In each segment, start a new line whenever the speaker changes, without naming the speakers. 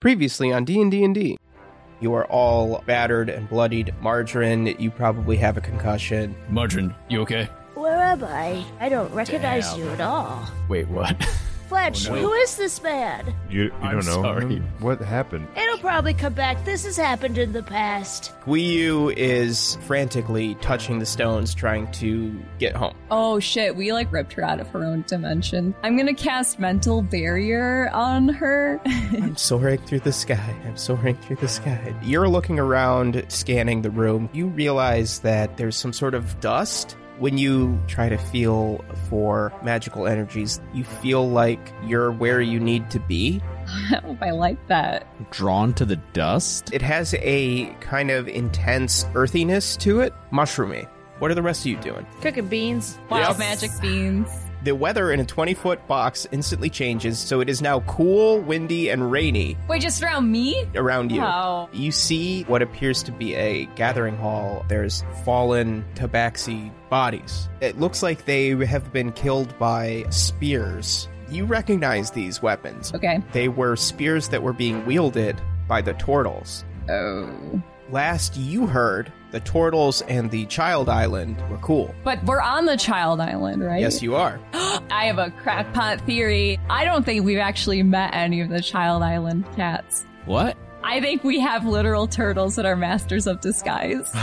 previously on D&D and D. You are all battered and bloodied. Margarine, you probably have a concussion.
Margarine, you okay?
Where am I? I don't recognize you at all.
Wait, what?
Fletch,
Oh,
who is this man?
You, you
I'm
don't know
sorry.
him? what happened.
It'll probably come back. This has happened in the past.
Guiyu is frantically touching the stones trying to get home.
Oh shit, we like ripped her out of her own dimension. I'm gonna cast mental barrier on her.
I'm soaring through the sky. I'm soaring through the sky. You're looking around, scanning the room. You realize that there's some sort of dust. When you try to feel for magical energies, you feel like you're where you need to be.
I hope Oh, I like that.
Drawn to the dust?
It has a kind of intense earthiness to it, mushroomy. What are the rest of you doing?
Cooking beans.
Wow, magic beans.
The weather in a 20 foot box instantly changes, so it is now cool, windy, and rainy
Wait, just around me?
around you.
Wow.
You see what appears to be a gathering hall. There's fallen tabaxi bodies. It looks like they have been killed by spears. You recognize these weapons.
Okay.
They were spears that were being wielded by the turtles.
Oh.
Last you heard, the turtles and the child island were cool.
But we're on the child island, right?
Yes, you are.
I have a crackpot theory. I don't think we've actually met any of the child island cats.
What?
I think we have literal turtles that are masters of disguise.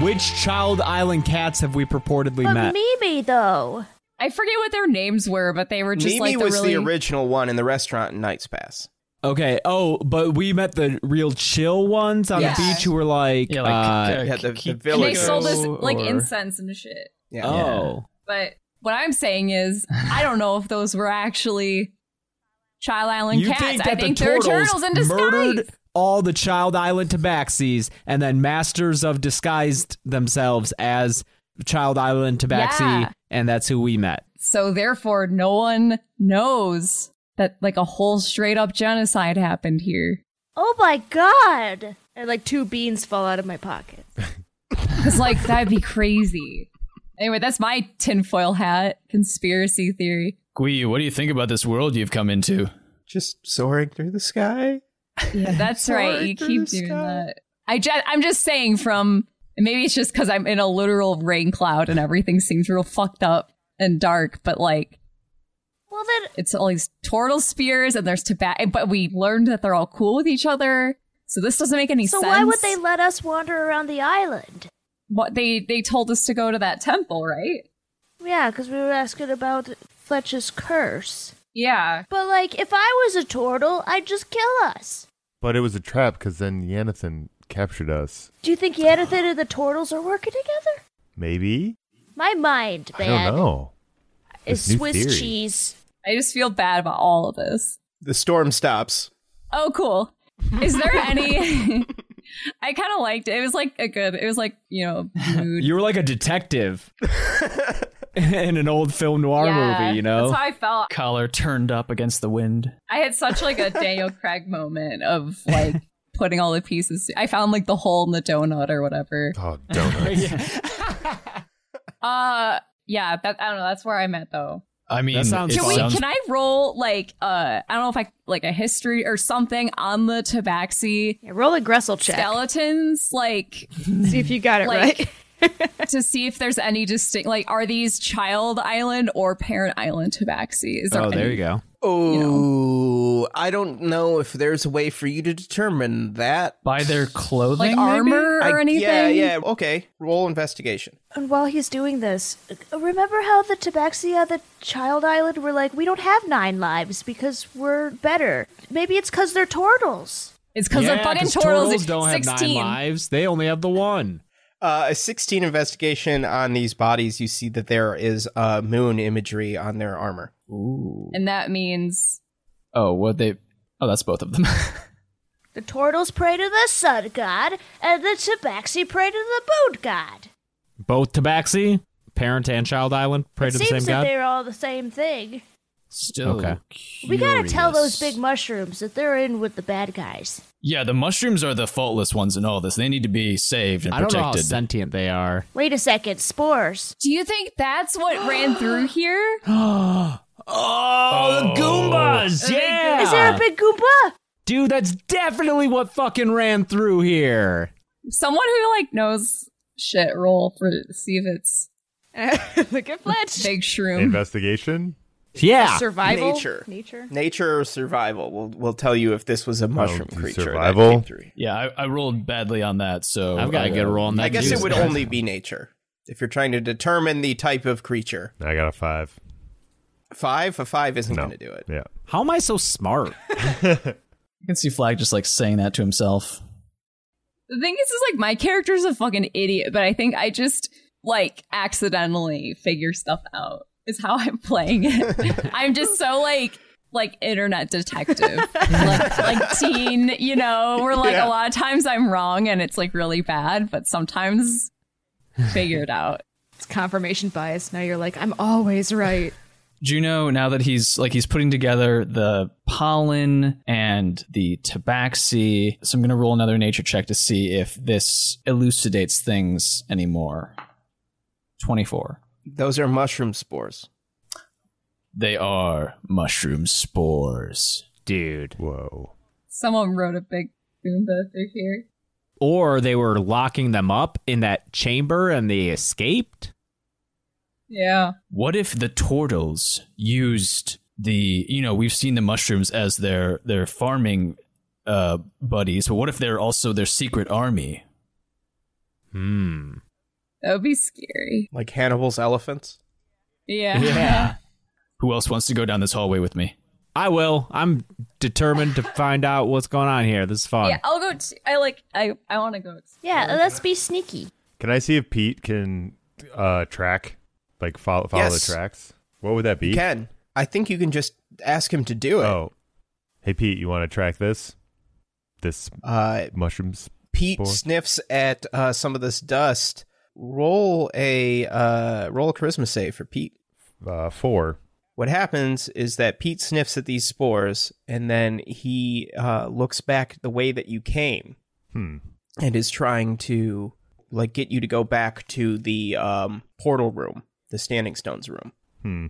Which Child Island cats have we purportedly
But
met?
Mimi, though.
I forget what their names were, but they were just
Mimi
like the
was the
really
original one in the restaurant in Knights Pass.
Okay. Oh, but we met the real chill ones on
Yeah.
the beach who were like,
Yeah,
uh,
like
yeah, the- the
and
villagers.
they sold us like
or-
incense and shit.
Yeah.
oh,
But what I'm saying is, I don't know if those were actually Child Island
you
cats.
think
I
that
think
the
they're
turtles,
turtles in disguise.
murdered all the Child Island tabaxis and then masters of disguised themselves as Child Island tabaxi,
Yeah.
and that's who we met.
So therefore, no one knows that like a whole straight up genocide happened here.
Oh my god! And like two beans fall out of my pocket.
Because like that'd be crazy. Anyway, that's my tinfoil hat conspiracy theory.
Gui, what do you think about this world you've come into?
Just soaring through the sky.
Yeah, that's right. You
through
keep
the
doing
sky.
that. I just, I'm just saying from and maybe it's just because I'm in a literal rain cloud and everything seems real fucked up and dark, but like
Well then,
it's all these turtle spears and there's tobacco. But we learned that they're all cool with each other, so this doesn't make any
so
sense.
why would they let us wander around the island?
What they they told us to go to that temple, right?
Yeah, because we were asking about Fletch's curse.
Yeah.
But like, if I was a turtle, I'd just kill us.
But it was a trap because then Yanathan captured us.
Do you think Yanathan and the turtles are working together?
Maybe?
My mind, man,
I don't know.
is
This new
Swiss
theory.
cheese.
I just feel bad about all of this.
The storm stops.
Oh, cool. Is there any? I kind of liked it. It was like a good. It was like you know mood.
You were like a detective in an old film noir
Yeah,
movie, you know?
That's how I felt.
Collar turned up against the wind.
I had such like a Daniel Craig moment of like putting all the pieces. I found like the hole in the donut or whatever.
Oh, donuts.
Uh, yeah. That I don't know. That's where I'm at though.
I mean,
That sounds
it
Can we?
sounds-
Can I roll like uh? I don't know if I like a history or something on the Tabaxi
Yeah, roll a Gressel check.
skeletons like
See if you got it
Like-
right.
to see if there's any distinct like are these child island or parent island tabaxi is there
oh, there
any-
you go.
Oh,
you know.
I don't know if there's a way for you to determine that.
By their clothing?
like
maybe?
armor or
I-
anything.
Yeah, yeah. Okay. Roll investigation.
And while he's doing this, remember how the Tabaxia, the Child Island, were like, we don't have nine lives because we're better. Maybe it's because they're turtles.
It's because
Yeah,
they're fucking
'cause
turtles. It's
don't have nine
16.
lives. They only have the one.
Uh, a 16 investigation on these bodies. You see that there is uh, moon imagery on their armor.
and that means
Oh, what they. Oh, that's both of them.
The turtles pray to the sun god, and the Tabaxi pray to the moon god.
Both Tabaxi, parent and child island, pray
it
to the
seems
same
that
god.
they're all the same thing.
Still.
Okay.
We gotta tell those
curious.
big mushrooms that they're in with the bad guys.
Yeah, the mushrooms are the faultless ones in all this. They need to be saved and
I don't know how
protected.
sentient they are.
Wait a second, spores.
Do you think that's what ran through here?
Oh, the Goombas! Yeah!
Is there a big Goomba?
Dude, that's definitely what fucking ran through here.
Someone who like knows shit roll for see if it's
Look at Fletch.
big shroom.
Investigation?
Yeah.
Survival.
Nature.
Nature.
Nature or survival will will tell you if this was a mushroom
Oh, the
creature. that
survival?
came through.
yeah, I, I rolled badly on that, so
I've got
I,
a good
uh,
roll on that.
I guess it
Jesus.
would only be nature if you're trying to determine the type of creature.
I got a five.
Five? A five isn't
No.
going to do it.
Yeah.
How am I so smart?
I can see Flag just like saying that to himself.
The thing is, is like my character's a fucking idiot, but I think I just like accidentally figure stuff out. Is how I'm playing it. I'm just so like like internet detective, like, like teen. You know, where like a lot of times I'm wrong and it's like really bad, but sometimes figure it out.
It's confirmation bias. Now you're like, I'm always right.
Juno, now that he's like he's putting together the pollen and the tabaxi, so I'm gonna roll another nature check to see if this elucidates things anymore. Twenty-four.
Those are mushroom spores.
They are mushroom spores.
Dude.
Whoa.
Someone wrote a big Goomba through here.
Or they were locking them up in that chamber and they escaped?
Yeah.
What if the turtles used the you know we've seen the mushrooms as their their farming uh, buddies, but what if they're also their secret army?
Hmm.
That would be scary.
Like Hannibal's elephants.
Yeah.
Who else wants to go down this hallway with me?
I will. I'm determined to find out what's going on here. This is fun.
Yeah, I'll go. T- I like. I I want to go.
Yeah, uh, let's be sneaky.
Can I see if Pete can uh, track, like follow, follow
Yes.
the tracks? What would that be?
You can. I think you can just ask him to do it.
Oh. Hey, Pete, you want to track this? This
Uh,
mushrooms?
Pete
Boy.
sniffs at uh, some of this dust. Roll a uh, roll a charisma save for Pete.
Uh, four.
What happens is that Pete sniffs at these spores, and then he uh, looks back the way that you came,
Hmm.
and is trying to like get you to go back to the um, portal room, the Standing Stones room.
Hmm.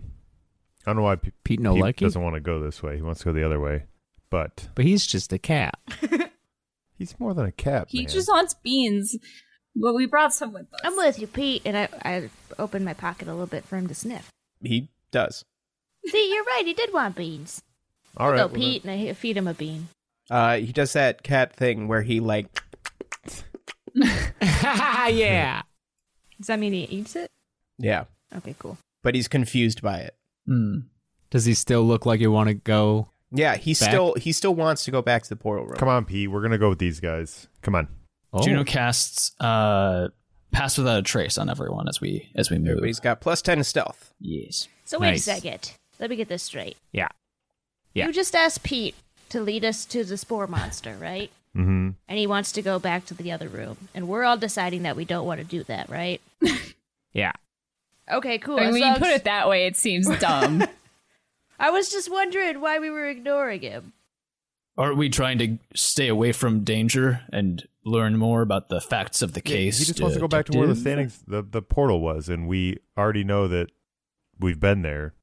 I don't know why P-
Pete no
Pete
likey?
doesn't want to go this way. He wants to go the other way. But
But he's just a cat.
he's more than a cat.
He
man.
just wants beans, but we brought some with us.
I'm with you, Pete, and I, I opened my pocket a little bit for him to sniff.
He does.
See, you're right, he did want beans.
All right.
Go,
well,
Pete, and I feed him a bean.
Uh, he does that cat thing where he like
yeah.
Does that mean he eats it?
yeah,
Okay, cool.
but he's confused by it.
Hmm.
Does he still look like you want to go?
Yeah, he
Back-
still he still wants to go back to the portal room.
Come on, Pete. We're going to go with these guys. Come on.
Oh.
Juno casts uh, pass without a trace on everyone as we as we move.
Everybody's got plus ten to stealth.
yes.
So wait
Nice.
a second. Let me get this straight.
Yeah. Yeah.
You just asked Pete to lead us to the spore monster, right?
Mm-hmm.
And he wants to go back to the other room. And we're all deciding that we don't want to do that, right?
Yeah.
Okay, cool.
I mean,
So
when you
I'm
put
s-
it that way, it seems dumb.
I was just wondering why we were ignoring him.
Aren't we trying to stay away from danger and learn more about the facts of the
Yeah,
case?
He just wants to go back to where the
detective?
standings, the, the portal was, and we already know that we've been there.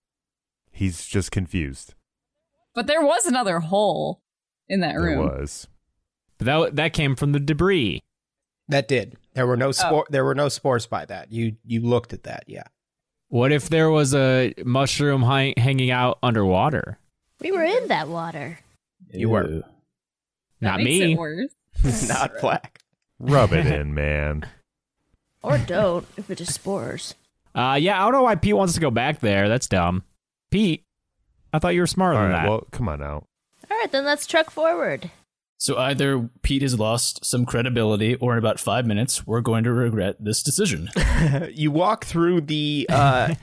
He's just confused.
but there was another hole in that
There
room.
was.
But that that came from the debris.
That did. There were no spor- there were no spores by that. You you looked at that, yeah.
What if there was a mushroom hi- hanging out underwater?
We were in that water.
You were.
Ew.
That
Not
makes
me.
It worse.
Not black.
Rub it in, man.
Or don't, if it is spores.
Uh, yeah, I don't know why Pete wants to go back there. That's dumb. Pete, I thought you were smarter
All
than
right,
that.
well, come on out.
All right, then let's truck forward.
So either Pete has lost some credibility, or in about five minutes, we're going to regret this decision.
you walk through the uh,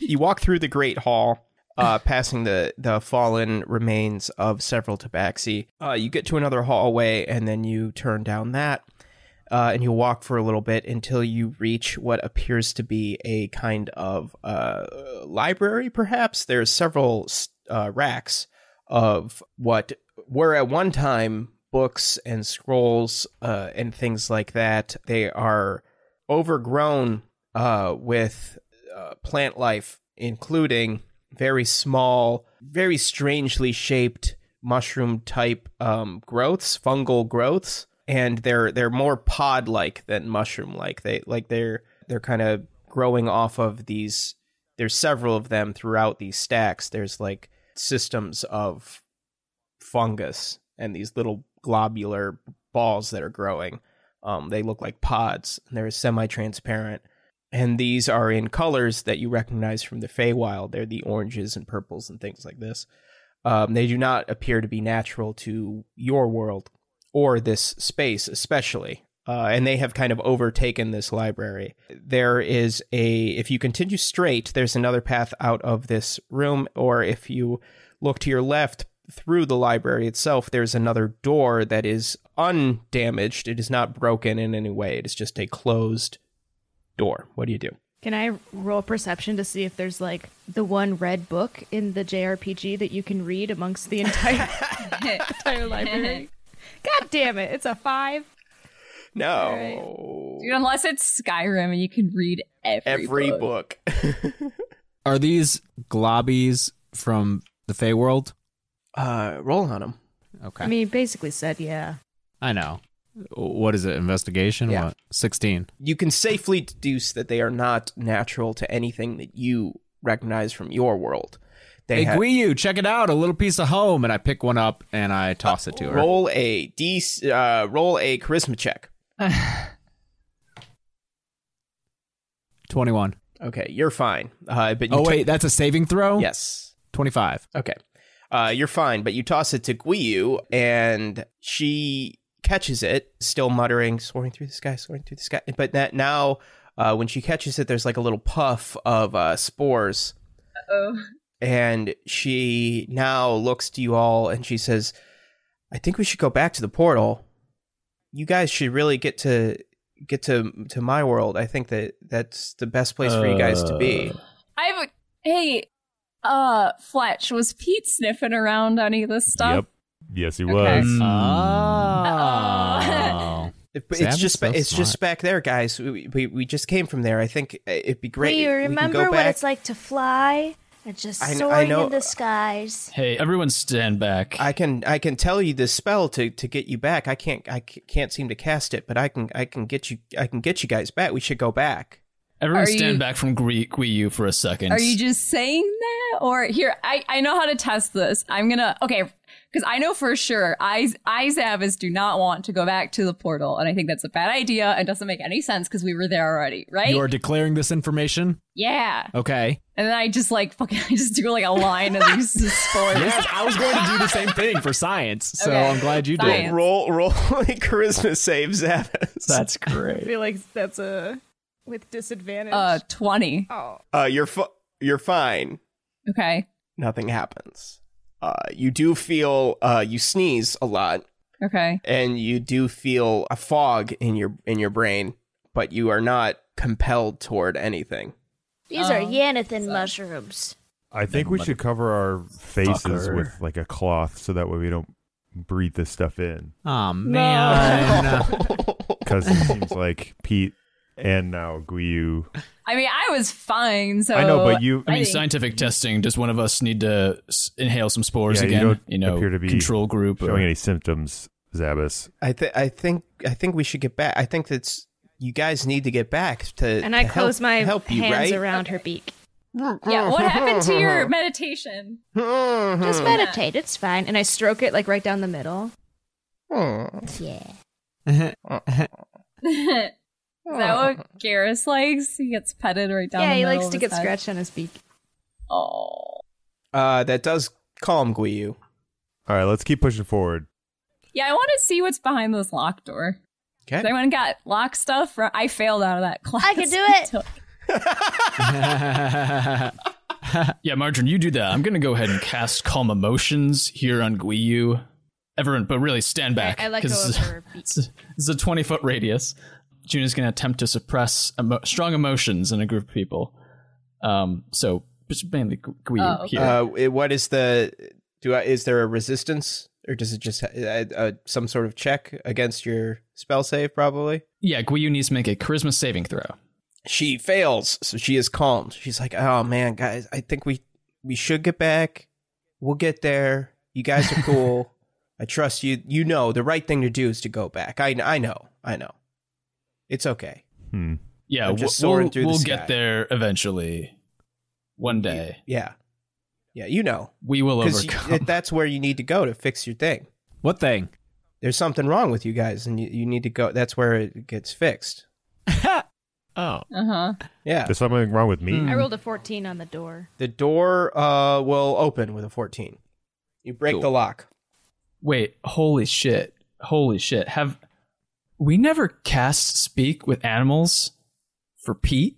you walk through the great hall uh, passing the the fallen remains of several tabaxi uh, you get to another hallway and then you turn down that uh, and you walk for a little bit until you reach what appears to be a kind of uh, library perhaps there's several s- uh, racks of what were at one time books and scrolls uh, and things like that they are overgrown uh, with uh, plant life, including very small, very strangely shaped mushroom type um, growths, fungal growths, and they're they're more pod like than mushroom like. They like they're they're kind of growing off of these. There's several of them throughout these stacks. There's like systems of fungus and these little globular balls that are growing. Um, they look like pods and they're semi transparent. And these are in colors that you recognize from the Feywild. They're the oranges and purples and things like this. Um, they do not appear to be natural to your world or this space, especially. Uh, and they have kind of overtaken this library. There is a, if you continue straight, there's another path out of this room. Or if you look to your left through the library itself, there's another door that is undamaged. It is not broken in any way. It is just a closed door. What do you do?
Can I roll perception to see if there's like the one red book in the JRPG that you can read amongst the entire entire library? God damn it! It's a five.
No.
Dude, unless it's Skyrim and you can read every,
Every
book.
book.
Are these globbies from the Fey world?
Uh, roll on them.
Okay.
I mean, basically said yeah.
I know. What is it? Investigation?
Yeah.
What? 16.
You can safely deduce that they are not natural to anything that you recognize from your world. They
Hey,
ha-
Guiyu, check it out. A little piece of home. And I pick one up and I toss it to her.
roll a D, uh, roll a charisma check.
21.
Okay, you're fine. Uh, but you
Oh,
t-
wait. That's a saving throw?
yes.
25.
Okay. Uh, you're fine, but you toss it to Guiyu, and she catches it, still muttering, soaring through the sky, soaring through the sky. But that now, uh, when she catches it, there's like a little puff of uh, spores.
Uh-oh.
And she now looks to you all and she says, I think we should go back to the portal. You guys should really get to get to to my world. I think that that's the best place for you guys to be.
Uh,
I have a hey, uh, Fletch, was Pete sniffing around any of this stuff?
Yep. Yes, he
Okay.
was.
Mm.
Oh. Uh-oh.
It- but
Sam
it's
is
just
so
ba- it's just
smart.
back there, guys. We, we we just came from there. I think uh, it'd be great.
We
if can
remember
go
what
back.
it's like to fly and just
I kn- I
soaring
know-
in the skies.
hey, everyone, stand back.
I can I can tell you this spell to, to get you back. I can't I c- can't seem to cast it, but I can I can get you I can get you guys back. We should go back.
everyone,
Are
stand
you-
back from Gui Guiyu for a second.
Are you just saying that? Or here, I, I know how to test this. I'm gonna okay, because I know for sure I Izavis do not want to go back to the portal, and I think that's a bad idea and doesn't make any sense because we were there already, right?
You are declaring this information?
yeah.
Okay.
And then I just like fucking I just do like a line of these spores.
Yes, I was going to do the same thing for science. So
Okay.
I'm glad you
Science.
did.
Roll roll charisma save Zavis.
That's
I
great.
feel like that's a with disadvantage.
Uh twenty.
oh,
Uh, you're fu- you're fine.
Okay.
Nothing happens. Uh, you do feel uh, you sneeze a lot,
Okay.
and you do feel a fog in your in your brain, but you are not compelled toward anything.
These are
Um,
Oh,
Yanathan mushrooms.
I think we should cover our faces with like a cloth so that way we don't breathe this stuff in.
Oh, man.
Because it seems like Pete and now Guiyu.
I mean I was fine, so
I know, but you.
I mean,
think-
scientific testing. Does one of us need to s- inhale some spores
Yeah, you
again?
don't
know,
appear to be
control group. Or,
showing any symptoms, Zabas.
I think I think I think we should get back. I think that's you guys need to get back to.
and I
to
close
help,
my
help you right.
hands around her beak.
Yeah, what happened to your meditation?
Hmm.
Just meditate. It's fine. And I stroke it like right down the middle. Yeah.
Is that what Garrus likes? He gets petted right down
yeah,
the
he
middle
likes
of
to
his
get
head.
scratched on his beak.
Oh.
Uh, that does calm Guiyu.
All right, let's keep pushing forward.
Yeah, I want to see what's behind this locked door. Has
Okay.
anyone got lock stuff? Fro- I failed out of that class.
I can do it.
So-
Yeah, Margarine, you do that. I'm gonna go ahead and cast Calm Emotions here on Guiyu. Everyone, but really stand back.
I let
'cause
go of her beak.
It's a, it's a 20 foot radius. Juna's gonna attempt to suppress emo- strong emotions in a group of people. Um, so it's mainly Gu- Guiyu
Oh, okay.
here.
Uh, it- what is the do? I, is there a resistance, or does it just ha- uh, uh, some sort of check against your spell save? Probably.
yeah, Guiyu needs to make a Charisma saving throw.
She fails, so she is calmed. She's like, "Oh man, guys, I think we we should get back. We'll get there. You guys are cool. I trust you. You know the right thing to do is to go back. I I know. I know. It's okay.
Hmm.
Yeah,
I'm
we'll,
just soaring
we'll,
through the
we'll
sky.
get there eventually. One day
Yeah, yeah. You know
we will
because
overcome.
that's where you need to go to fix your thing."
what thing?
there's something wrong with you guys and you, you need to go that's where it gets fixed
Oh,
uh-huh.
yeah
There's something wrong with me.
I rolled a 14 on the door.
the door uh will open with a 14 you break the lock
Wait, holy shit. Holy shit. Have we never cast speak with animals for Pete?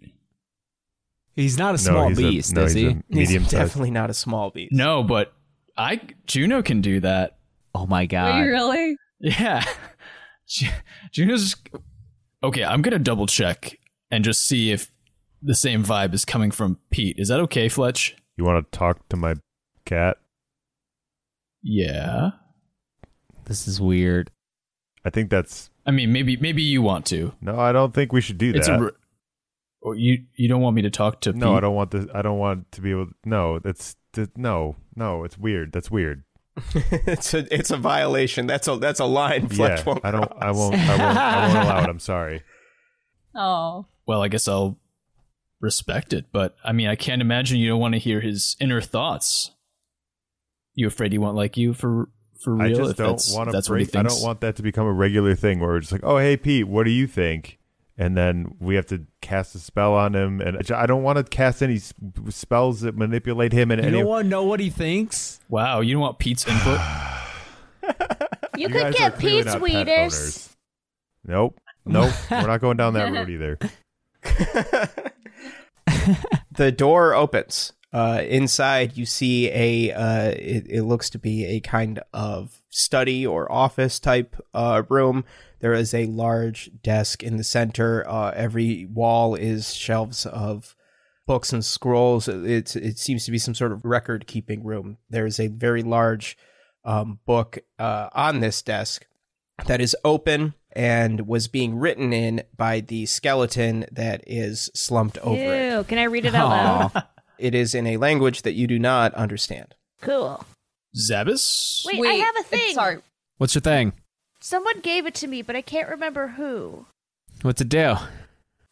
he's not a small
he's
beast,
a, no,
is
he's
he?
a medium
He's
sized.
definitely not a small beast
No, but I Juno can do that.
Oh my
Wait,
god!
really?
Yeah. Ju- Juno's Okay, I'm going to double check and just see if the same vibe is coming from Pete. Is that okay, Fletch?
You want to talk to my cat?
Yeah.
This is weird.
I think that's
I mean, maybe maybe you want to.
no. I don't think we should do that.
It's a r- or you you don't want me to talk to
no,
Pete?
I don't want this. I don't want to be able. No, that's th- no, no. It's weird. That's weird.
it's a it's a violation that's a that's a line Fletch
yeah,
won't
I don't. I
cross.
won't. I won't. I won't allow it. I'm sorry.
Oh.
well, I guess I'll respect it, but I mean, I can't imagine you don't want to hear his inner thoughts. You afraid he won't like you for for real?
I just
if
don't
that's,
want to
that's what he
break. I
thinks.
don't want that to become a regular thing where we're just like, oh, hey, Pete, what do you think? And then we have to cast a spell on him, and I don't want to cast any s- spells that manipulate him in
You
any.
don't want to know what he thinks.
Wow, you don't want Pete's input.
You,
You
could
guys are
get
clearly
Pete's
not pet
Weeders.
owners. Nope, nope. we're not going down that road either.
the door opens uh inside you see a uh it, it looks to be a kind of study or office type uh room there is a large desk in the center uh every wall is shelves of books and scrolls it, it seems to be some sort of record keeping room there is a very large um, book uh on this desk that is open and was being written in by the skeleton that is slumped over it
Ew, can I read it out loud?
it is in a language that you do not understand.
Cool.
Zabis?
Wait, I have a thing.
Sorry.
What's your thing?
Someone gave it to me, but I can't remember who.
What's it do?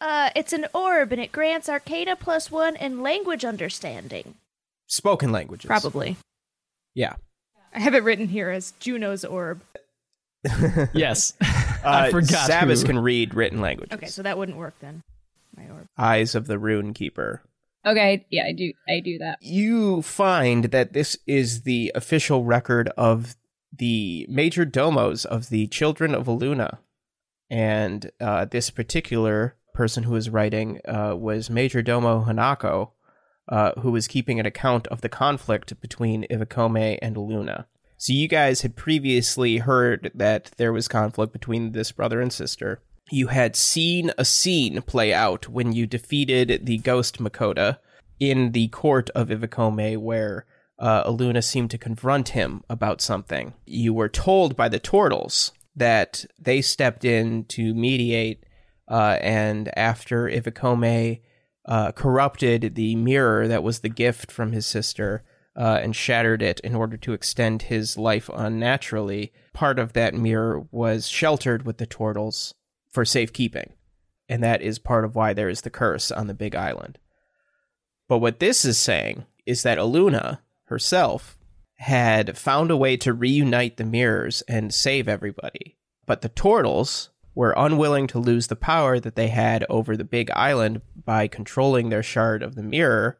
Uh, it's an orb, and it grants Arcana plus one and language understanding.
Spoken languages.
Probably.
Yeah.
I have it written here as Juno's orb.
Yes. I
Uh,
forgot.
Zavis
who-
can read written languages.
Okay, so that wouldn't work then. My orb.
Eyes of the Rune Keeper.
Okay, yeah, I do I do that.
You find that this is the official record of the major domos of the Children of Aluna. And uh, this particular person who was writing uh, was Major Domo Hanako, uh, who was keeping an account of the conflict between Ivakome and Aluna. So you guys had previously heard that there was conflict between this brother and sister. You had seen a scene play out when you defeated the ghost Makota in the court of Ivakome where uh, Aluna seemed to confront him about something. You were told by the Tortles that they stepped in to mediate, uh, and after Ivakome uh, corrupted the mirror that was the gift from his sister uh, and shattered it in order to extend his life unnaturally, part of that mirror was sheltered with the Tortles for safekeeping. And that is part of why there is the curse on the Big Island. But what this is saying is that Aluna herself had found a way to reunite the mirrors and save everybody. But the Tortles were unwilling to lose the power that they had over the Big Island by controlling their shard of the mirror,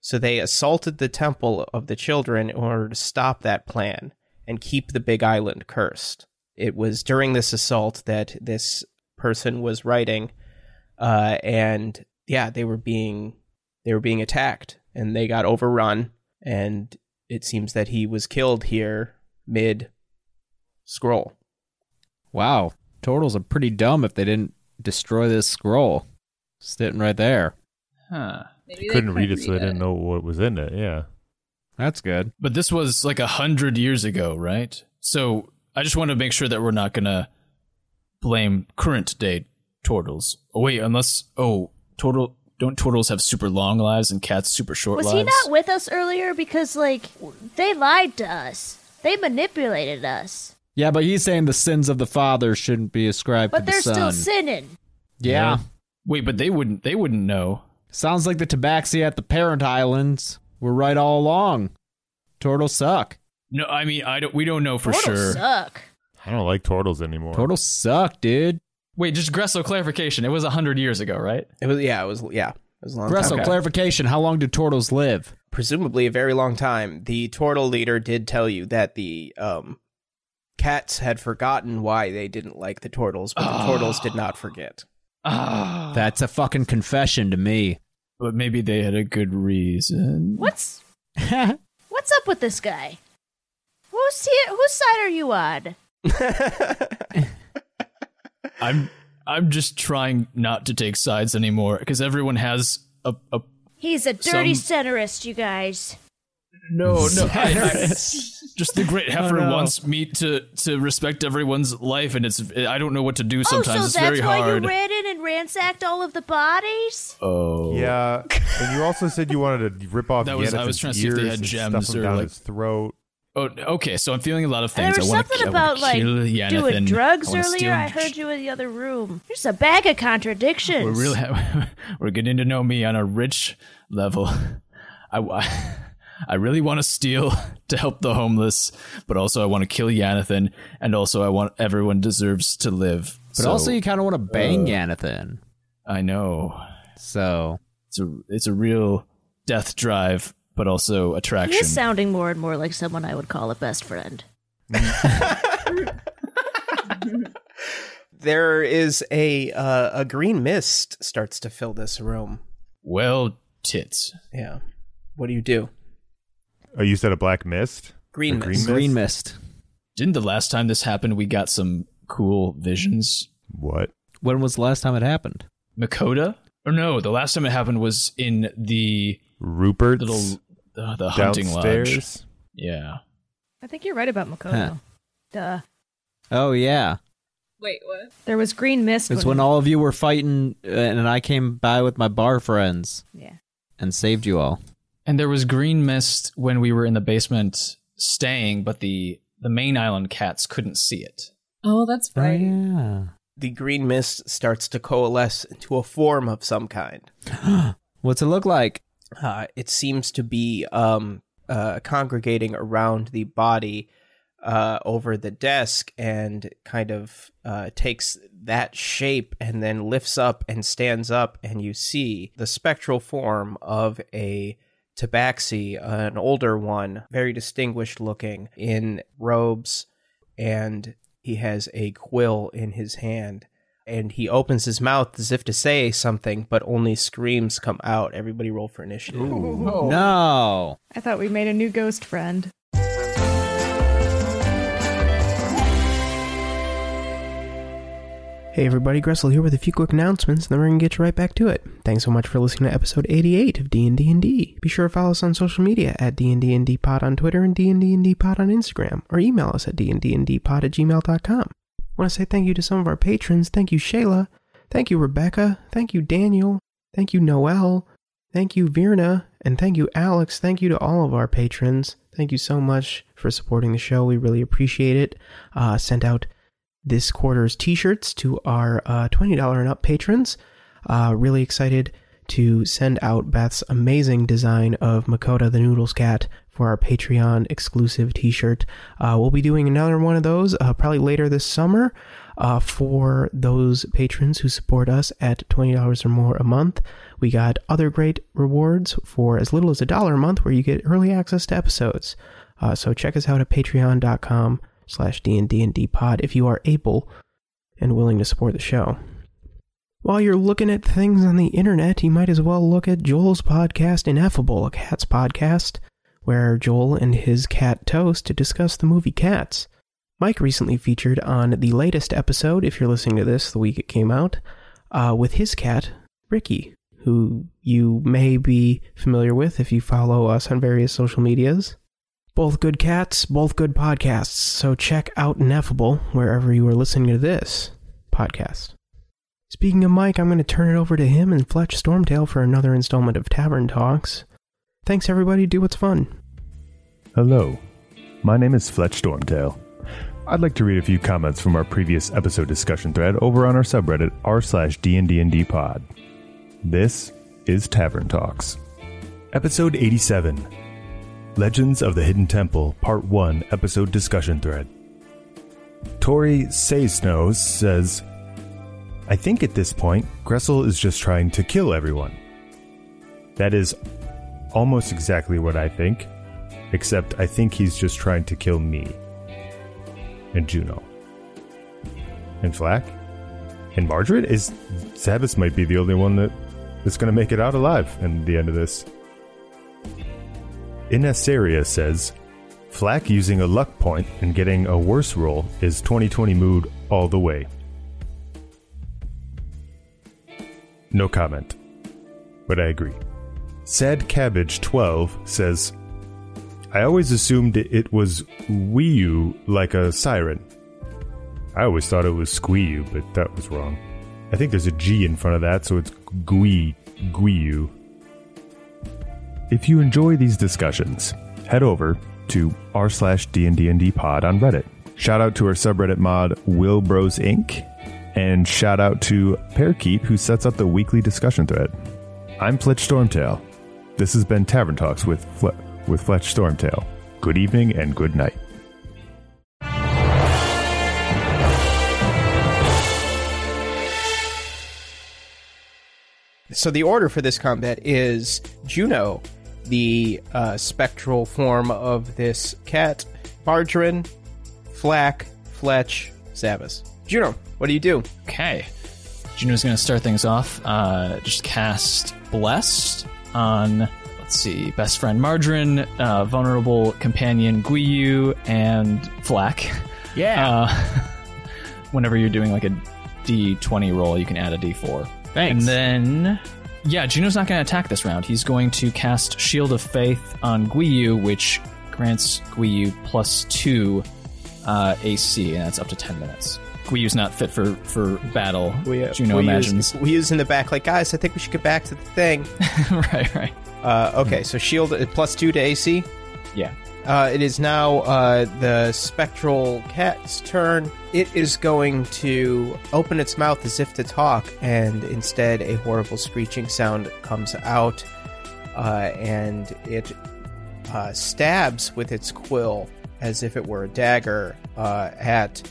so they assaulted the Temple of the Children in order to stop that plan and keep the Big Island cursed. It was during this assault that this person was writing, uh, and yeah, they were being they were being attacked and they got overrun and it seems that he was killed here mid scroll
Wow. Turtles are pretty dumb if they didn't destroy this scroll. Sitting right there.
Huh.
Maybe they
Couldn't read it, so they didn't know what was in it. Yeah.
That's good.
But this was like a hundred years ago, right? So I just want to make sure that we're not gonna blame current day turtles. Oh wait, unless oh turtle don't turtles have super long lives and cats super short
Was
lives?
he not with us earlier? Because, like, they lied to us. They manipulated us.
Yeah, but he's saying the sins of the father shouldn't be ascribed
But
to the
they're
son.
still sinning.
yeah.
wait, but they wouldn't they wouldn't know.
Sounds like the Tabaxi at the parent islands were right all along. Turtles suck.
No, I mean I don't we don't know for
Turtles
sure.
suck.
I don't like turtles anymore.
Turtles suck, dude.
Wait, just Gresso clarification. It was a hundred years ago, right?
it was yeah it was yeah it was a long
Russell,
time ago.
clarification. How long do turtles live?
presumably a very long time the turtle leader did tell you that the um cats had forgotten why they didn't like the turtles but the turtles did not forget
Ah,
That's a fucking confession to me.
but maybe they had a good reason.
What's what's up with this guy? Who's here? Whose side are you on?
I'm I'm just trying not to take sides anymore because everyone has a, a
He's a dirty
Some-
centerist, you guys.
no Oh, no. I- I- just the great heifer wants me to to respect everyone's life, and it's I don't know what to do sometimes.
oh, so
it's
that's
very
why
hard.
you ran in and ransacked all of the bodies?
oh
Yeah, and you also said you wanted to rip off
That was- I
Yannis's
was trying to see if they
ears
had
and
gems
stuff them
or,
down
like-
his throat.
oh okay. So I'm feeling a lot of
There
things.
was
I want
something
to
about like
kill Yennefer
doing
and
drugs
I wanna
earlier.
steal-
I heard you in the other room. You're just a bag of contradictions.
We're really we're getting to know me on a rich level. I wa- I really want to steal to help the homeless, but also I want to kill Yanathan, and also I want everyone deserves to live.
But
So,
also, you kind of want to
uh,
bang Yanathan.
I know
So
it's a it's a real death drive, but also
He
attraction.
is sounding more and more like someone I would call a best friend.
there is a uh, a green mist starts to fill this room
well, tits.
yeah what do you do
Oh, you said a black mist.
green
A green
mist
green mist.
Didn't the last time this happened, we got some cool visions?
What?
When was the last time it happened?
Makota? Or no, the last time it happened was in the
Rupert's
little uh, the hunting lodge.
downstairs.
Yeah.
I think you're right about Makoto.
Huh.
Duh.
Oh yeah,
Wait, what?
There was green mist.
it's when all of you were fighting, uh, and I came by with my bar friends
Yeah.
and saved you all.
And there was green mist when we were in the basement staying, but the the main island cats couldn't see it.
Oh, that's right.
Oh,
the green mist starts to coalesce into a form of some kind
yeah. What's it look like?
uh, it seems to be um, uh, congregating around the body uh, over the desk and kind of uh, takes that shape and then lifts up and stands up, and you see the spectral form of a tabaxi, an older one, very distinguished looking, in robes, and he has a quill in his hand and he opens his mouth as if to say something, but only screams come out. Everybody roll for initiative. Oh.
No.
I thought we made a new ghost friend.
Hey everybody, Gressel here with a few quick announcements, and then we're gonna get you right back to it. Thanks so much for listening to episode 88 of D&D and D. Be sure to follow us on social media at D&D and D Pod on Twitter and D&D and D Pod on Instagram, or email us at D and D and D Pod at gmail.com. want to say thank you to some of our patrons. Thank you, Shayla. Thank you, Rebecca. Thank you, Daniel. Thank you, Noel. Thank you, Virna. And thank you, Alex. Thank you to all of our patrons. Thank you so much for supporting the show. We really appreciate it. Uh, sent out this quarter's t shirts to our uh, $20 and up patrons. Uh, really excited to send out Beth's amazing design of Makota the Noodles Cat for our Patreon exclusive t shirt. Uh, we'll be doing another one of those uh, probably later this summer uh, for those patrons who support us at $20 or more a month. We got other great rewards for as little as a dollar a month where you get early access to episodes. Uh, so check us out at patreon.com slash D&D pod if you are able and willing to support the show. While you're looking at things on the internet, you might as well look at Joel's podcast, Ineffable, a cat's podcast, where Joel and his cat Toast discuss the movie Cats. Mike recently featured on the latest episode, if you're listening to this the week it came out, uh, with his cat, Ricky, who you may be familiar with if you follow us on various social medias. Both good cats, both good podcasts. So check out Ineffable wherever you are listening to this podcast. Speaking of Mike, I'm going to turn it over to him and Fletch Stormtail for another installment of Tavern Talks. Thanks, everybody. Do what's fun.
Hello, my name is Fletch Stormtail. I'd like to read a few comments from our previous episode discussion thread over on our subreddit r slash D&D pod. This is Tavern Talks. Episode 87 Legends of the Hidden Temple, Part 1, Episode Discussion Thread. Tori Saysnow says, I think at this point, Gressel is just trying to kill everyone. That is almost exactly what I think, except I think he's just trying to kill me. And Juno. And Flack? And Margaret? Is Sabas might be the only one that is going to make it out alive in the end of this. Inesaria says, Flack using a luck point and getting a worse roll is 2020 mood all the way. No comment. But I agree. Sad Cabbage 12 says, I always assumed it was Wiiu like a siren. I always thought it was Squeeyu, but that was wrong. I think there's a G in front of that, so it's Gui, Guiyu. If you enjoy these discussions, head over to r slash D&D pod on Reddit. Shout out to our subreddit mod, Will Bros Inc. And shout out to Pearkeep, who sets up the weekly discussion thread. I'm Fletch Stormtail. This has been Tavern Talks with, Fle- with Fletch Stormtail. Good evening and good night.
So the order for this combat is Juno, the uh, spectral form of this cat, Margarine, Flack, Fletch, Sabas. Juno, what do you do?
Okay. Juno's going to start things off. Uh, just cast Blessed on, let's see, best friend Margarine, uh, vulnerable companion Guiyu, and Flack.
Yeah.
Uh, whenever you're doing like a d20 roll, you can add a d4. And
Thanks.
then, yeah, Juno's not going to attack this round. He's going to cast Shield of Faith on Guiyu, which grants Guiyu plus two uh, AC, and that's up to 10 minutes. Guiyu's not fit for, for battle, Juno imagines.
Use, uh, we use in the back, like, guys, I think we should get back to the thing.
right, right.
Uh, okay, so shield uh, plus two to AC.
Yeah.
Uh, it is now uh, the spectral cat's turn. It is going to open its mouth as if to talk, and instead, a horrible screeching sound comes out, uh, and it uh, stabs with its quill as if it were a dagger uh, at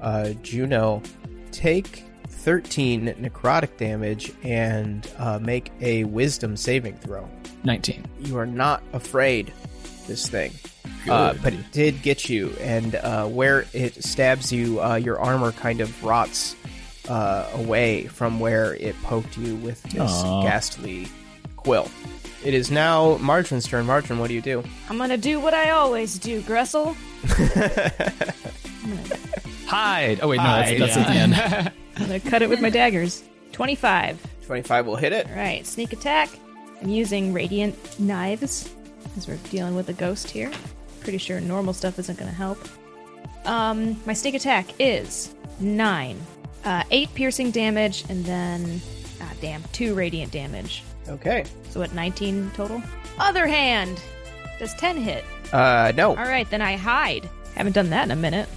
uh, Juno. Take 13 necrotic damage and uh, make a wisdom saving throw
19.
you are not afraid of this thing uh, but it did get you and uh, where it stabs you uh, your armor kind of rots uh, away from where it poked you with this
Aw.
ghastly quill it is now Marjorie's turn. Marjorie, what do you do?
I'm gonna do what I always do, Gressel.
Hide! Oh, wait, no, that's, that's at the end.
I'm gonna cut it with my daggers. 25.
25 will hit it.
All right, sneak attack. I'm using radiant knives because we're dealing with a ghost here. Pretty sure normal stuff isn't going to help. Um, my sneak attack is nine, uh, eight piercing damage, and then ah damn, two radiant damage.
Okay.
So what, 19 total? Other hand does 10 hit.
Uh, no.
All right, then I hide. Haven't done that in a minute.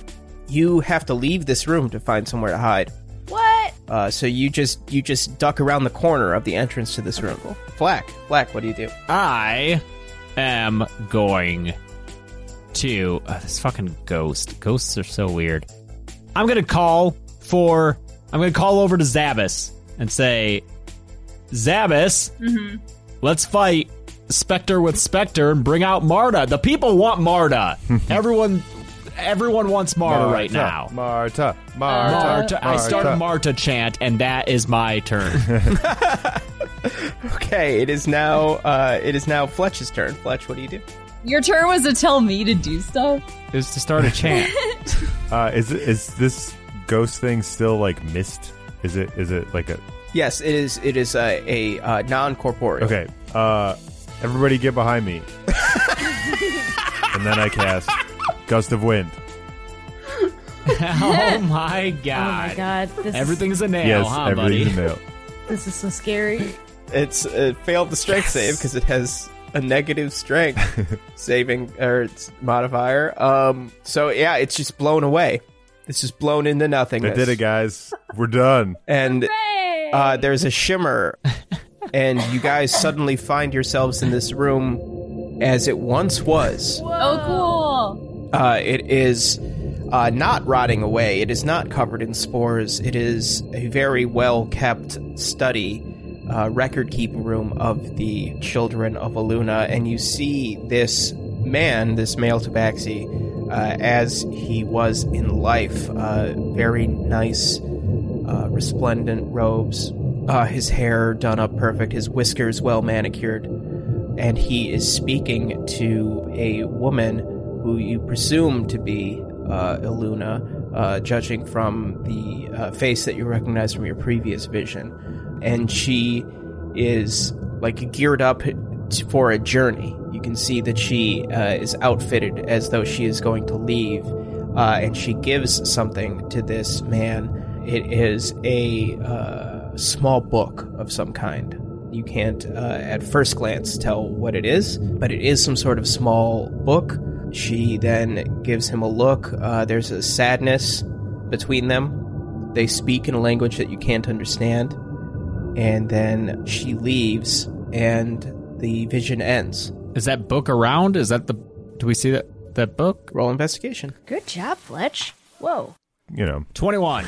You have to leave this room to find somewhere to hide.
What?
Uh, so you just you just duck around the corner of the entrance to this room. Black, Black, what do you do?
I am going to uh, this fucking ghost. Ghosts are so weird. I'm gonna call for. I'm gonna call over to Zabas and say, Zabas, let's fight Spectre with Spectre and bring out Marta. The people want Marta. everyone, everyone wants Marta, right now. Uh,
Marta, Marta,
Marta. I start Marta chant, and that is my turn.
Okay, it is now uh, it is now Fletch's turn. Fletch, what do you do?
Your turn was to tell me to do stuff.
it was to start a chant.
Uh, is it- is this ghost thing still like mist? Is it is it like a
Yes, it is it is a, a uh, non corporeal.
okay? Uh, everybody get behind me, and then I cast gust of wind.
oh my
Oh my
god.
god, this
Everything's a nail,
yes,
huh, buddy?
everything's a nail.
is, this is so scary.
It's it failed the strength save because it has a negative strength saving or its modifier. Um, so yeah, it's just blown away. It's just blown into
I
nothingness.
did it, guys. We're done.
And
Hey!
uh, there's a shimmer, and you guys suddenly find yourselves in this room as it once was.
oh, cool.
Uh, it is uh, not rotting away. It is not covered in spores. It is a very well kept study, uh, record keeping room of the children of Aluna. And you see this man, this male tabaxi, uh, as he was in life. Uh, very nice, uh, resplendent robes. Uh, his hair done up perfect, his whiskers well manicured and he is speaking to a woman who you presume to be uh, Iluna, uh, judging from the uh, face that you recognize from your previous vision. And she is like geared up t- for a journey. You can see that she uh, is outfitted as though she is going to leave, uh, and she gives something to this man. It is a uh, small book of some kind. You can't, uh, at first glance, tell what it is, but it is some sort of small book. She then gives him a look. Uh, there's a sadness between them. They speak in a language that you can't understand. And then she leaves, and the vision ends.
Is that book around? Is that the? Do we see that that book?
Roll investigation.
Good job, Fletch. Whoa.
You know,
Twenty one.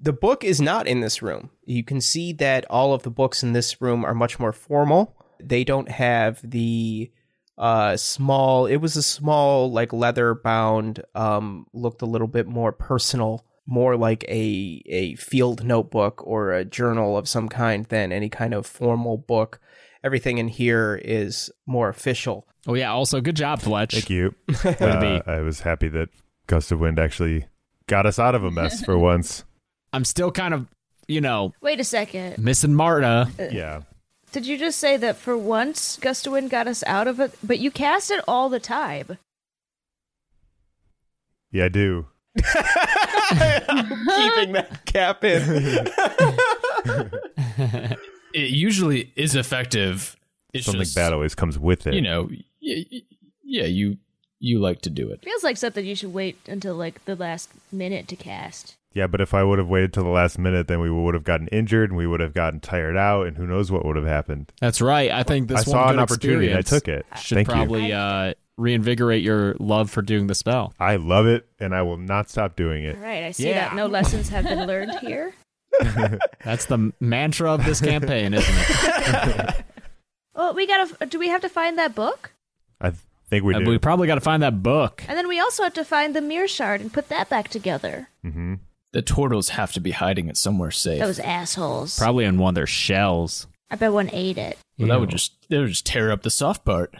The book is not in this room. You can see that all of the books in this room are much more formal. They don't have the uh small it was a small like leather bound um looked a little bit more personal more like a a field notebook or a journal of some kind than any kind of formal book everything in here is more official
Oh yeah. Also, good job, Fletch.
thank you.
to
Uh,
be.
I was happy that gust of wind actually got us out of a mess for once.
I'm still kind of, you know,
Wait a second.
missing Marta.
Yeah.
Did you just say that for once Gustawin got us out of it? But you cast it all the time.
Yeah, I do.
keeping that cap in
It usually is effective. It's
Something
just,
bad always comes with it.
You know, y- y- yeah, you you like to do it.
Feels like something you should wait until like the last minute to cast.
Yeah, but if I would have waited till the last minute, then we would have gotten injured and we would have gotten tired out, and who knows what would have happened.
That's right. I think this
I
one
saw
good
an opportunity. and I
experience
took it.
Should
Thank you.
probably uh, reinvigorate your love for doing the spell.
I love it, and I will not stop doing it.
All right, I see
Yeah.
that no lessons have been learned here.
That's the mantra of this campaign, isn't it?
Oh, we gotta. Do we have to find that book?
I th- think we
Uh,
do.
we probably got to find that book.
And then we also have to find the mirror shard and put that back together.
hmm
The turtles have to be hiding it somewhere safe.
Those assholes.
Probably in one of their shells.
I bet one ate it.
well, that would just they would just tear up the soft part.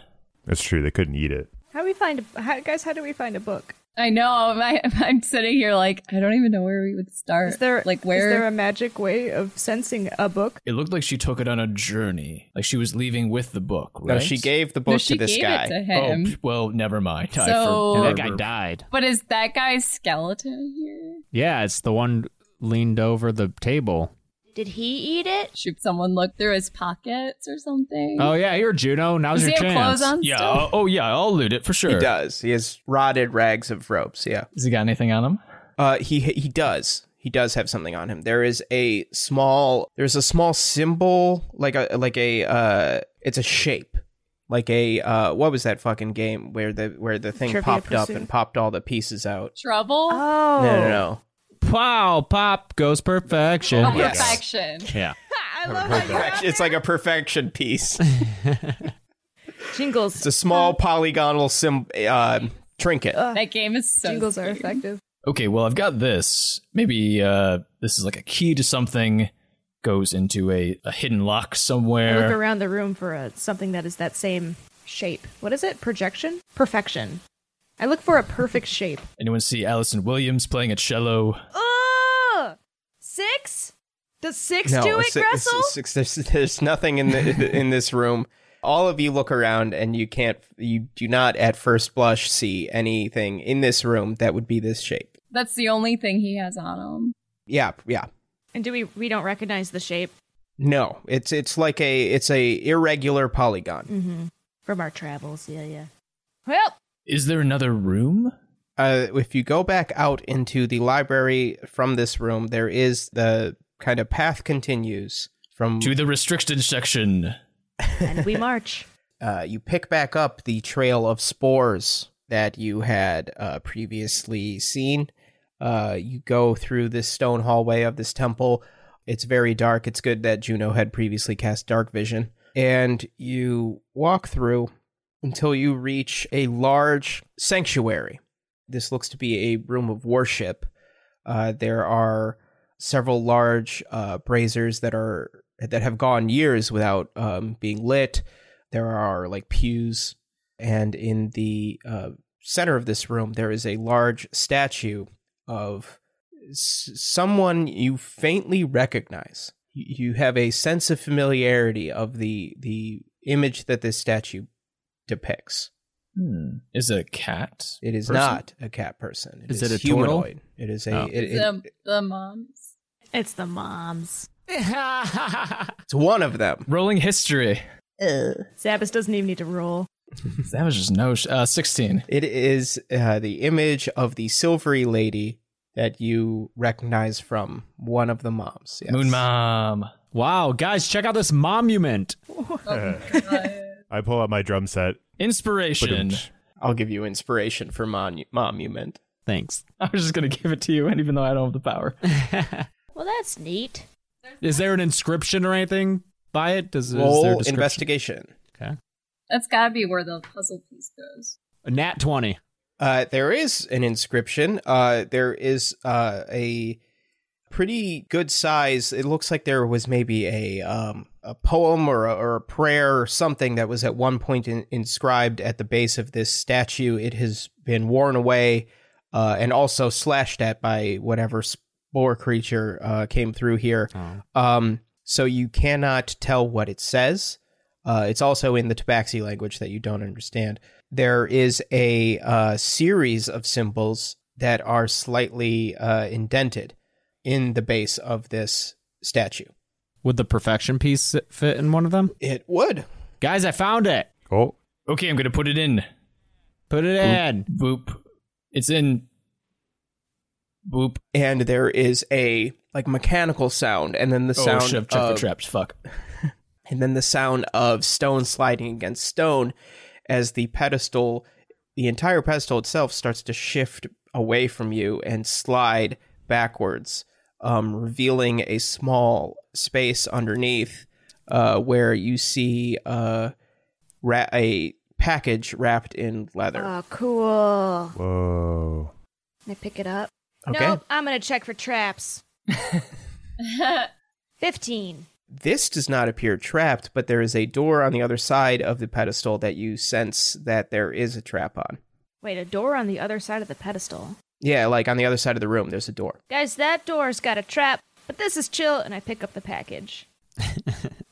That's true. They couldn't eat it.
How do we find a how, guys? How do we find a book?
I know. I, I'm sitting here like I don't even know where we would start.
Is there
like where?
is there a magic way of sensing a book?
It looked like she took it on a journey, like she was leaving with the book. Right?
no she gave the book
no, she
to this
gave
guy
it to
Oh
him.
p- well, never mind. I
So-
for-
That guy died.
but is that guy's skeleton here?
Yeah, it's the one leaned over the table.
Did he eat it?
Should someone look through his pockets or something?
Oh yeah, you're Juno. Now's
Does he
your
have
chance.
clothes on?
Yeah.
Still?
Oh, oh, yeah. I'll loot it for sure.
he does he has rotted rags of ropes yeah
Has he got anything on him?
Uh, he he does. he does have something on him. There is a small there's a small symbol like a like a uh it's a shape. Like a uh what was that fucking game where the where the thing
Trivia
popped up
Pursuit.
and popped all the pieces out?
Trouble?
Oh.
No, no, no.
Wow, pop goes perfection.
of
yes.
perfection.
Yeah.
I love how you
Perfection- It's like a perfection piece.
Jingles.
It's a small polygonal sim uh, trinket.
That game is so.
Jingles are effective.
Okay, well, I've got this. Maybe uh, this is like a key to something, goes into a, a hidden lock
I look
somewhere.
around the room for a, something that is that same shape. What is it? Projection? Perfection. I look for a perfect shape.
Anyone see Allison Williams playing a cello?
Ugh! Six? Does six do it,
it's- it's-
Gressel?
it's- there's, there's nothing in the, in this room. All of you look around and you can't, you do not at first blush see anything in this room that would be this shape.
That's the only thing he has on him.
Yeah, yeah.
And do we we don't recognize the shape
No, it's it's like a it's a irregular polygon.
from our travels? Yeah, yeah. Well,
Is there another room?
Uh, if you go back out into the library from this room, there is the kind of path continues from
To the restricted section.
and we march.
uh, you pick back up the trail of spores that you had uh, previously seen. Uh, you go through this stone hallway of this temple. It's very dark. It's good that Juno had previously cast dark vision. And you walk through until you reach a large sanctuary. This looks to be a room of worship. Uh, there are several large uh, braziers that are that have gone years without um, being lit there are like pews and in the uh, center of this room there is a large statue of s- someone you faintly recognize Y- you have a sense of familiarity of the the image that this statue depicts
Hmm. Is it a cat?
it is
Person?
not a cat person
Is it a turtle?
humanoid it is a
Oh.
it- it-
The, the moms.
It's the moms.
it's one of them
Rolling history.
Zabbis doesn't even need to roll.
That was just no. Sh- uh, 16.
It is uh, the image of the silvery lady that you recognize from one of the moms. Yes.
Moon Mom.
Wow, guys, check out this monument.
Oh
I pull out my drum set.
Inspiration.
Ba-dum-tsh.
I'll give you inspiration for monu- monument.
Thanks.
I was just going to give it to you, and even though I don't have the power.
Well, that's neat.
Is there an inscription or anything by it? Does is there a
Roll
description?
investigation.
Okay.
That's gotta be where the puzzle piece goes.
A nat twenty.
Uh, there is an inscription. Uh, there is uh, a pretty good size. It looks like there was maybe a um, a poem or a, or a prayer or something that was at one point in, inscribed at the base of this statue. It has been worn away uh, and also slashed at by whatever spore creature uh, came through here.
Oh.
Um, so you cannot tell what it says. Uh, it's also in the Tabaxi language that you don't understand. There is a uh, series of symbols that are slightly uh, indented in the base of this statue.
Would the perfection piece fit in one of them?
It would.
Guys, I found it.
Oh,
Okay, I'm going to put it in.
Put it in.
Boop. It's in. Boop.
And there is a like mechanical sound, and then the
oh,
sound
shit, check the
of,
traps. Fuck.
and then the sound of stone sliding against stone as the pedestal the entire pedestal itself starts to shift away from you and slide backwards um, revealing a small space underneath uh, where you see uh, ra- a package wrapped in leather
Oh, cool.
whoa.
Can I pick it up?
okay
Nope, I'm gonna check for traps. Fifteen.
this does not appear trapped but there is a door on the other side of the pedestal that you sense that there is a trap on
Wait, a door on the other side of the pedestal.
yeah like on the other side of the room there's a door
Guys, that door's got a trap, but this is chill. And I pick up the package.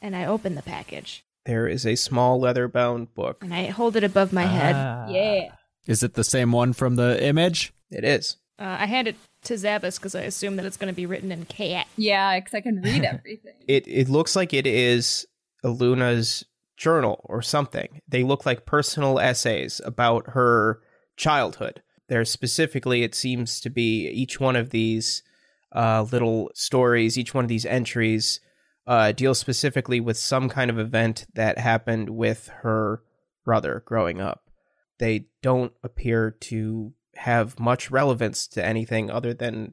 and I open the package.
There is a small leather bound book.
And I hold it above my head. Uh,
yeah.
Is it the same one from the image?
It is.
Uh, I hand it to Zabbis because I assume that it's going to be written in cat.
Yeah, because I can read everything.
It it looks like it is Luna's journal or something. They look like personal essays about her childhood. There specifically, it seems to be each one of these uh, little stories. Each one of these entries uh, deals specifically with some kind of event that happened with her brother growing up. They don't appear to have much relevance to anything other than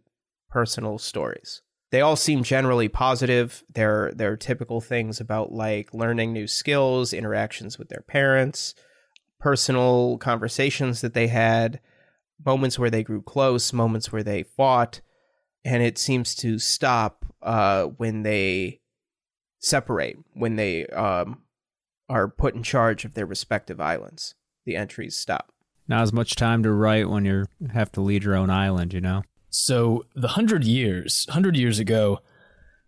personal stories. They all seem generally positive. There, there are typical things about like learning new skills, interactions with their parents, personal conversations that they had, moments where they grew close, moments where they fought, and it seems to stop uh, when they separate, when they um, are put in charge of their respective islands. The entries stop.
Not as much time to write when you have to lead your own island, you know?
So the hundred years, hundred years ago,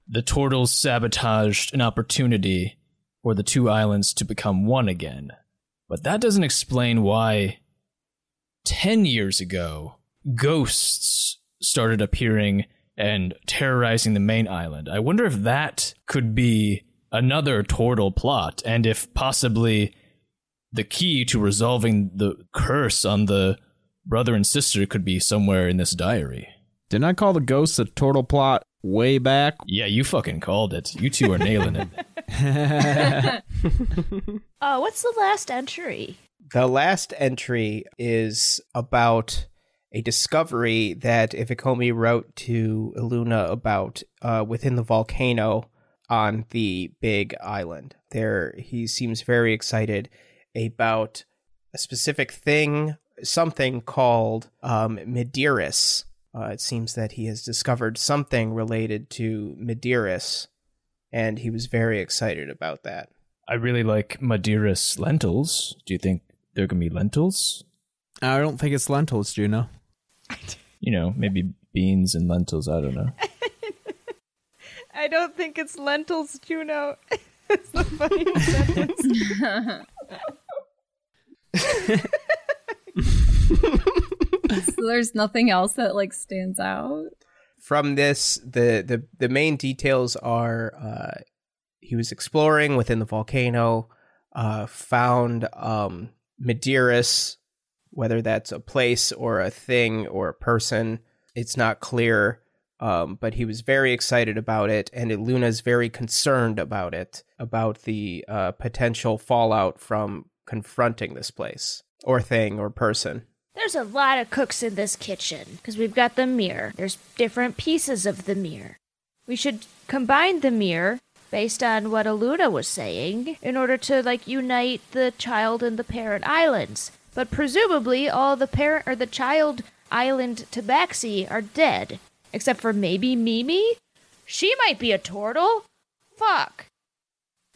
the turtles sabotaged an opportunity for the two islands to become one again. But that doesn't explain why ten years ago ghosts started appearing and terrorizing the main island. I wonder if that could be another turtle plot, and if possibly the key to resolving the curse on the brother and sister could be somewhere in this diary.
Didn't I call the ghosts a turtle plot way back?
Yeah, you fucking called it. You two are nailing it.
Uh,
Oh,
what's the last entry?
The last entry is about a discovery that Ifikomi wrote to Iluna about uh, within the volcano on the Big Island. There, he seems very excited about a specific thing, something called um, Mediris. Uh, it seems that he has discovered something related to Mediris, and he was very excited about that.
I really like Madeira's lentils. Do you think they're gonna be lentils?
I don't think it's lentils, Juno.
You know, maybe beans and lentils. I don't know.
I don't think it's lentils, Juno. it's the funniest sentence.
So there's nothing else that like stands out.
from this, the the the main details are uh, he was exploring within the volcano, uh, found um, Medeiros, whether that's a place or a thing or a person, it's not clear. Um, but he was very excited about it, and Luna's very concerned about it, about the uh, potential fallout from confronting this place or thing or person.
There's a lot of cooks in this kitchen because we've got the mirror. There's different pieces of the mirror. We should combine the mirror based on what Aluna was saying in order to like unite the child and the parent islands. But presumably all the parent or the child island Tabaxi are dead, except for maybe Mimi. She might be a turtle. Fuck.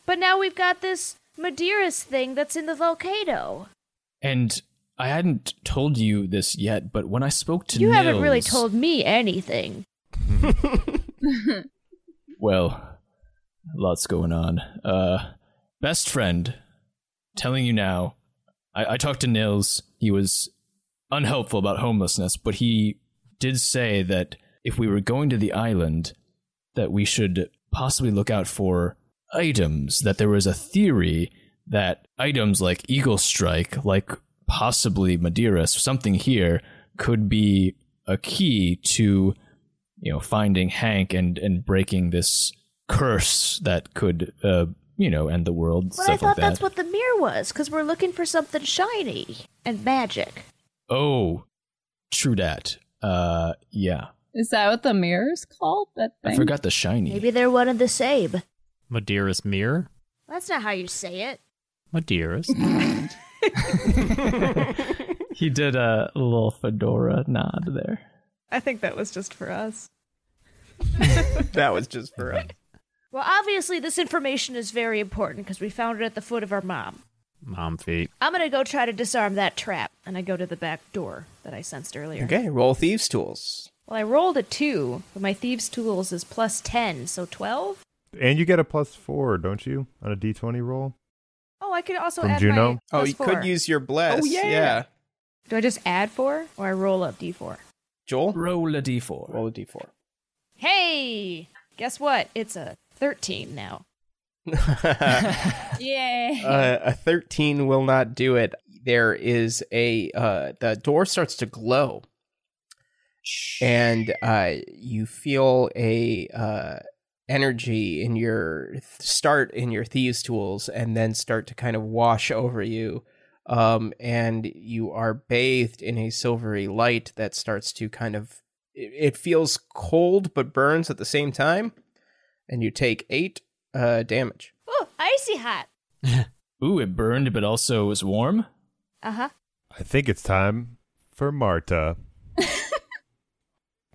But now we've got this Madeiras thing that's in the volcano.
And I hadn't told you this yet, but when I spoke to
You haven't really
Nils-
told me anything.
Well, lots going on. Uh, best friend, telling you now, I, I talked to Nils. He was unhelpful about homelessness, but he did say that if we were going to the island, that we should possibly look out for items. That there was a theory that items like Eagle Strike, like possibly Madeira, so something here, could be a key to you know finding Hank and and breaking this curse that could uh you know end the world
But
stuff
I thought
like that.
that's what the mirror was, because we're looking for something shiny and magic.
oh, true dat. Uh yeah.
Is that what the mirror's called? That thing?
I forgot the shiny.
Maybe they're one and the same.
Madeira's mirror.
That's not how you say it.
Madeira's.
He did a little fedora nod there.
I think that was just for us.
That was just for uh, us.
Well, obviously, this information is very important because we found it at the foot of our mom.
Mom feet.
I'm gonna go try to disarm that
Trap. And I go to the back door that I sensed earlier.
Okay, roll thieves' tools.
Well, I rolled a two, but my thieves' tools is plus ten, so twelve.
And you get a plus four, don't you, on a d20 roll?
Oh, I could also
From
add
Juno?
Oh,
my. plus
you
four.
could use your bless.
Oh, yeah.
yeah.
Do I just add four, or I roll up d4?
Joel,
Roll a d4.
roll a d4.
Hey, guess what? It's a thirteen now.
Yay.
uh, a 13 will not do it there is a uh, the door starts to glow and uh, you feel a uh, energy in your start in your thieves tools and then start to kind of wash over you um, and you are bathed in a silvery light that starts to kind of it, it feels cold but burns at the same time and you take eight uh, damage
Ooh, icy hot.
Ooh, it burned, but also was warm.
Uh
Uh-huh.
huh.
I think it's time for Marta.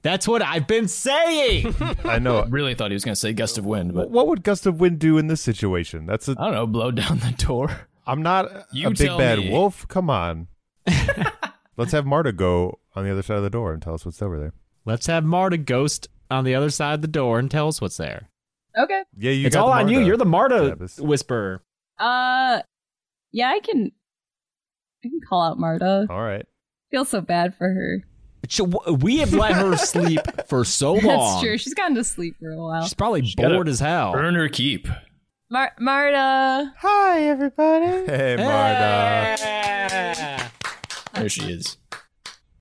That's what I've been saying.
I know.
Really thought he was going to say gust of wind, but
what would gust of wind do in this situation? That's a.
I don't know. Blow down the door.
I'm not
You
a big
tell
bad
me.
wolf. Come on. Let's have Marta go on the other side of the door and tell us what's over there.
Let's have Marta ghost on the other side of the door and tell us what's there.
Okay.
Yeah, you.
it's
got
all
the
on you.
Marta.
You're the Marta
Travis.
whisperer.
Uh, yeah, I can. I can call out Marta.
All right.
Feel so bad for her.
She- We have let her sleep for so long.
That's true. She's gone to sleep for a while.
She's probably
gotta
bored as hell.
Burn or keep.
Mar- Marta.
hi everybody
Hey, Marta.
There she is.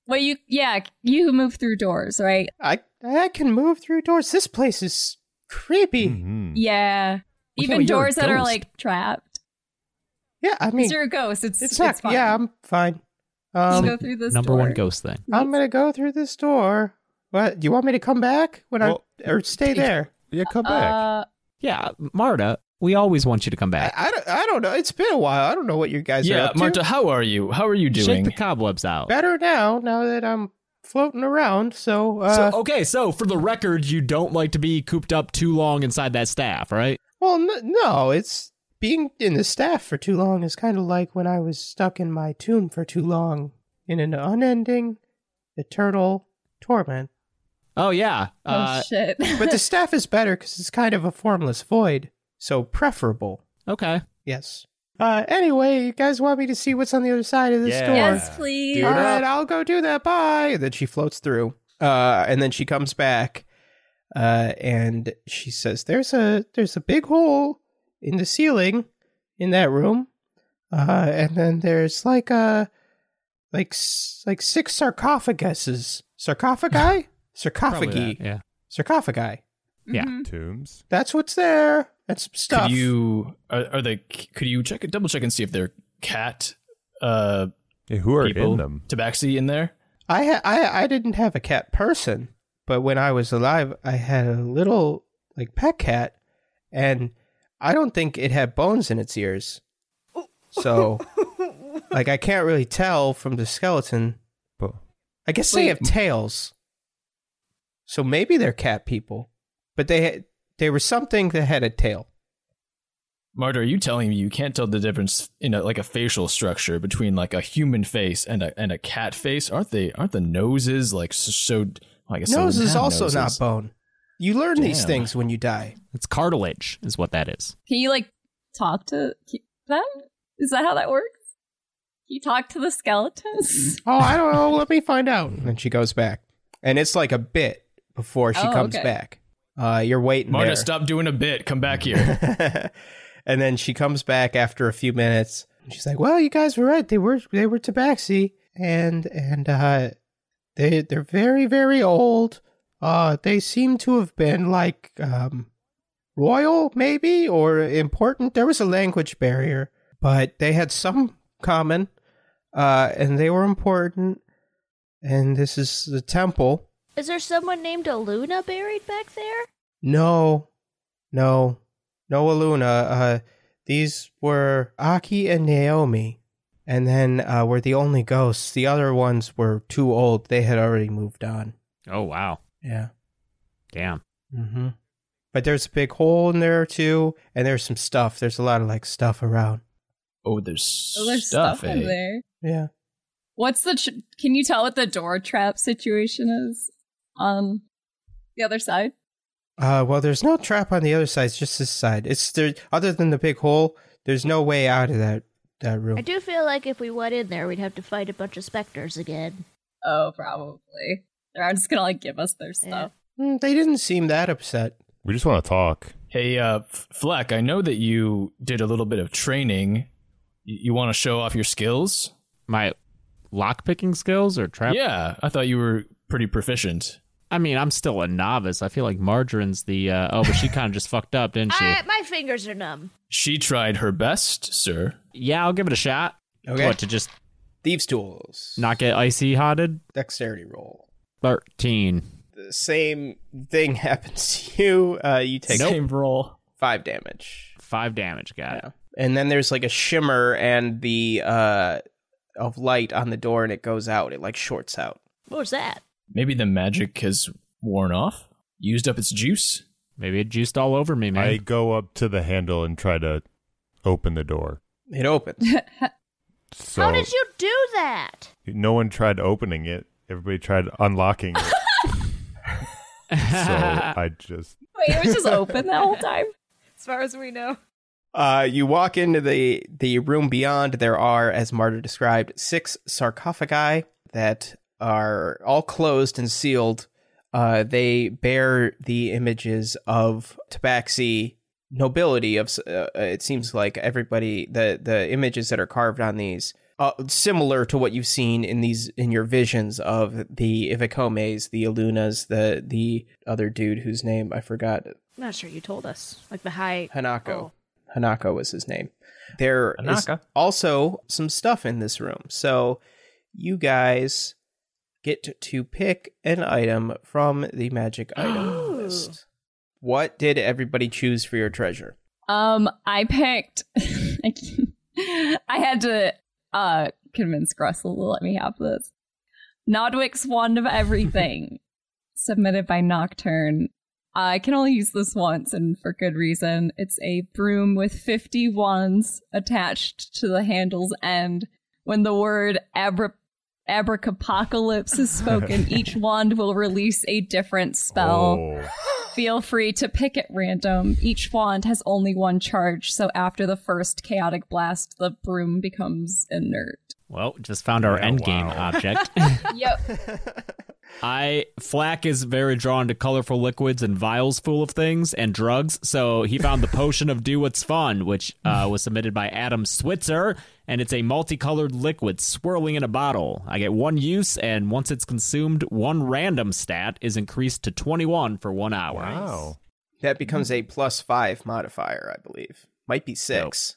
Well, you yeah, you move through doors, right?
i i can move through doors this place is creepy
Mhm.
Yeah.
Yeah,
Even
well, you're a
doors that are
ghost.
like trapped.
yeah i mean
Because you're a ghost. It's
it's
it's,
not
fine.
yeah i'm fine um,
Just go through this
Number
door.
one ghost thing.
I'm gonna go through this door. What? Do you want me to come back when
Well,
I or stay there?
Yeah, come back.
Uh,
Yeah, Marta, we always want you to come
I,
back.
I, don't, I don't know. It's been a while. I don't know what you guys are
yeah,
up
Marta,
to.
how are you? How are you
Shake the
doing?
cobwebs out.
Better now, now that I'm floating around. So, uh,
So, oh okay, so for the record, you don't like to be cooped up too long inside that staff, right?
well, n- no, it's being in the staff for too long is kind of like when I was stuck in my tomb for too long in an unending, eternal torment.
Oh yeah.
oh
Uh,
shit.
But the staff is better because it's kind of a formless void, so preferable.
okay.
Yes. Uh, anyway, you guys want me to see what's on the other side of this
Yeah.
door?
yes, please. Uh,
All right, I'll go do that. Bye. And then she floats through, uh, and then she comes back, uh, and she says, "There's a there's a big hole in the ceiling in that room, uh, and then there's like a like s- like six sarcophaguses, sarcophagi,
Probably
sarcophagi,
that, Yeah.
sarcophagi.
Yeah.
Mhm.
Tombs.
That's what's there. That's stuff.
Could you are, are they? Could you check double check and see if they're cat uh
Yeah, who are
people
in them?
tabaxi in there?
I ha- I I didn't have a cat person, but when I was alive, I had a little like pet cat, and I don't think it had bones in its ears, so like I can't really tell from the skeleton.
But
I guess they have tails, so maybe they're cat people, but they had, they were something that had a tail.
Marta, are you telling me you can't tell the difference in a, like a facial structure between like a human face and a and a cat face? Aren't they? Aren't the noses like s- so? well, I guess they
Nose
wouldn't
is
have
also not
noses.
bone. You learn these
Damn.
things when you die.
It's cartilage is what that is.
Can you like talk to them? Is that how that works? You talk to the skeletons?
Oh, I don't know. Let me find out. And she goes back, and it's like a bit before she
Oh,
comes
okay.
back. Uh, you're waiting
Marta,
there.
stop doing a bit. Come back here.
and then she comes back after a few minutes. And she's like, "Well, you guys were right. They were they were Tabaxi, and and uh, they they're very very old. Uh, they seem to have been like um, royal maybe or important. There was a language barrier, but they had some common, uh, and they were important. And this is the temple.
Is there someone named Aluna buried back there?
No, no, no, Aluna. Uh, these were Aki and Naomi, and then uh, were the only ghosts. The other ones were too old; they had already moved on.
Oh wow.
Yeah.
Damn.
Mm-hmm. But there's a big hole in there too, and there's some stuff. There's a lot of like stuff around.
Oh, there's,
Oh, there's
stuff,
stuff in
eh?
there.
Yeah.
What's the? Tr- can you tell what the door trap situation is on the other side?
Uh, well, there's no trap on the other side. It's just this side. It's there. Other than the big hole, there's no way out of that that room.
I do feel like if we went in there, we'd have to fight a bunch of specters again.
Oh, probably. They're just gonna like give us their stuff.
Mm, they didn't seem that upset.
we just want to talk.
Hey, uh, F- Fleck, I know that you did a little bit of training. Y- you want to show off your skills?
My lock picking skills or trap
Yeah, I thought you were pretty proficient.
I mean, I'm still a novice. I feel like Margarine's the. Uh, oh, but she kind of just fucked up, didn't
Uh,
she?
I, my fingers are numb.
She tried her best, sir.
Yeah, I'll give it a shot.
Okay.
What to just
Thieves' tools.
not get icy hotted?
Dexterity roll.
Thirteen.
The same thing happens to you. Uh, you take
Same roll.
five damage.
Five damage. Got it.
Yeah. And then there's like a shimmer and the uh of light on the door and it goes out. It like shorts out.
What was that?
Maybe the magic has worn off, used up its juice.
Maybe it juiced all over me, man.
I go up to the handle and try to open the door.
It opens.
So
How did you do that?
no one tried opening it. Everybody tried unlocking it. so I just
Wait, it was just open that whole time.
As far as we know.
Uh, you walk into the the room beyond. There are, as Marta described, six sarcophagi that are all closed and sealed. Uh, they bear the images of Tabaxi nobility of. Uh, it seems like everybody the the images that are carved on these. Uh, similar to what you've seen in these in your visions of the Ivicomes, the Alunas, the the other dude whose name I forgot,
I'm not sure you told us. Like the high.
Hanako.
Oh.
Hanako was his name. There is
Hanaka.
also some stuff in this room. So you guys get to pick an item from the magic item list. What did everybody choose for your treasure?
Um, I picked. I, can't- I had to uh convince Gressel to let me have this. Nodwick's wand of everything, submitted by Nocturne. I can only use this once, and for good reason. It's a broom with fifty wands attached to the handle's end. When the word abra- abracapocalypse is spoken, each wand will release a different spell.
Oh.
Feel free to pick at random. Each wand has only one charge, so after the first chaotic blast, the broom becomes inert.
Well, just found our
Yeah,
end game
wow.
object.
Yep.
I Flack is very drawn to colorful liquids and vials full of things and drugs, so he found the potion of do what's fun, which uh, was submitted by Adam Switzer, and it's a multicolored liquid swirling in a bottle. I get one use, and once it's consumed, one random stat is increased to twenty-one for one hour.
Wow.
That becomes a plus five modifier, I believe. Might be six.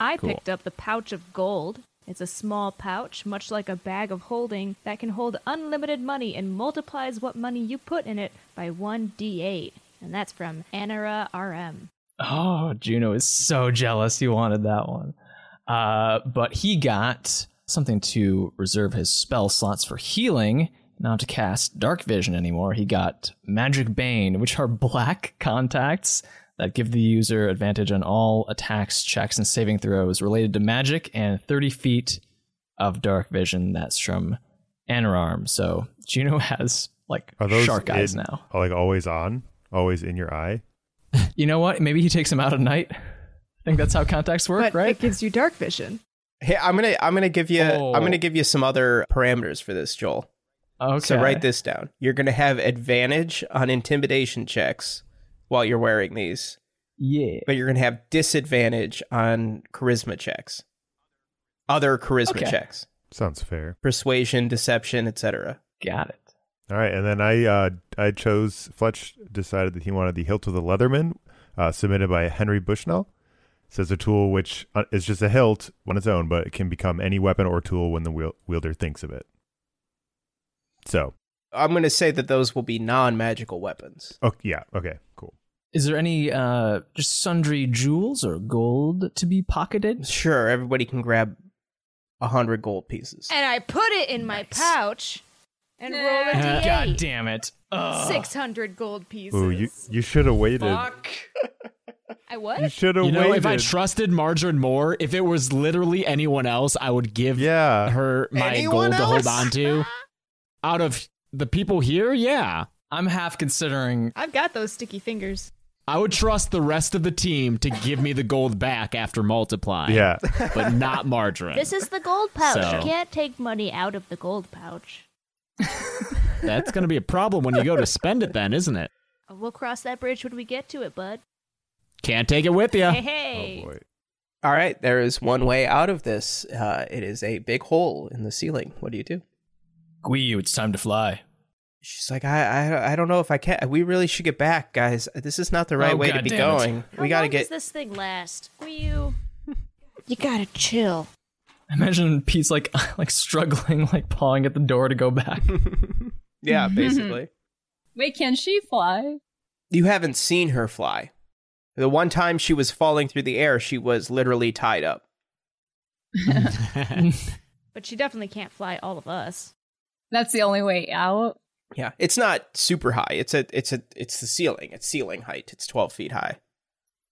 I
Cool.
picked up the pouch of gold. It's a small pouch, much like a bag of holding, that can hold unlimited money and multiplies what money you put in it by 1d8. And that's from Anara RM.
Oh, Juno is so jealous. He wanted that one. Uh, but he got something to reserve his spell slots for healing, not to cast Dark Vision anymore. He got Magic Bane, which are black contacts that give the user advantage on all attacks, checks, and saving throws related to magic and 30 feet of Dark Vision. That's from Anararm. So Juno has like
Are those
shark eyes
in-
now.
Like always on, always in your eye.
You know what? Maybe he takes them out at night. I think that's how contacts work,
But
right?
it gives you dark vision.
Hey, I'm gonna I'm gonna give you
Oh.
I'm gonna give you some other parameters for this, Joel.
Okay.
So write this down. You're gonna have advantage on intimidation checks while you're wearing these.
Yeah.
but you're going to have disadvantage on charisma checks other charisma
Okay.
checks
Sounds fair.
persuasion deception etc
Got it.
All right, and then I uh, I chose Fletch decided that he wanted the hilt of the Leatherman, uh, submitted by Henry Bushnell. It says a tool which uh, is just a hilt on its own, but it can become any weapon or tool when the wiel- wielder thinks of it. So,
i'm going to say that those will be non-magical weapons
oh yeah, okay, cool.
Is there any uh just sundry jewels or gold to be pocketed?
sure everybody can grab a 100 gold pieces
And I put it in my
Nice.
pouch and roll a d8.
God damn it. Ugh.
600 gold pieces.
Ooh, you you should have waited.
I
You
what?
should have
You know,
waited.
if I trusted Margarine more, if it was literally anyone else, I would give
yeah,
her my
Anyone
gold to
else?
hold on to. Out of the people here, yeah.
I'm half considering
I've got those sticky fingers.
I would trust the rest of the team to give me the gold back after multiplying.
yeah. Oh,
But not margarine.
This is the gold pouch.
So-
You can't take money out of the gold pouch.
That's going to be a problem when you go to spend it, then, isn't it?
Uh, We'll cross that bridge when we get to it, bud.
Can't take it with you.
Hey, hey.
Oh boy.
all right there is one way out of this uh, it is a big hole in the ceiling what do you do
Gui, it's time to fly.
She's like, I, I, I don't know if I can. We really should get back, guys. This is not the right
Oh,
way to
God
be
damn it.
going.
How
we gotta
long does
get.
this thing last? Will you? you gotta chill.
Imagine Pete's like like struggling, like pawing at the door to go back.
Yeah, basically.
Wait, can she fly?
you haven't seen her fly. The one time she was falling through the air, she was literally tied up.
But she definitely can't fly all of us.
That's the only way out.
Yeah, it's not super high. It's a, it's a, it's the ceiling. It's ceiling height. It's twelve feet high.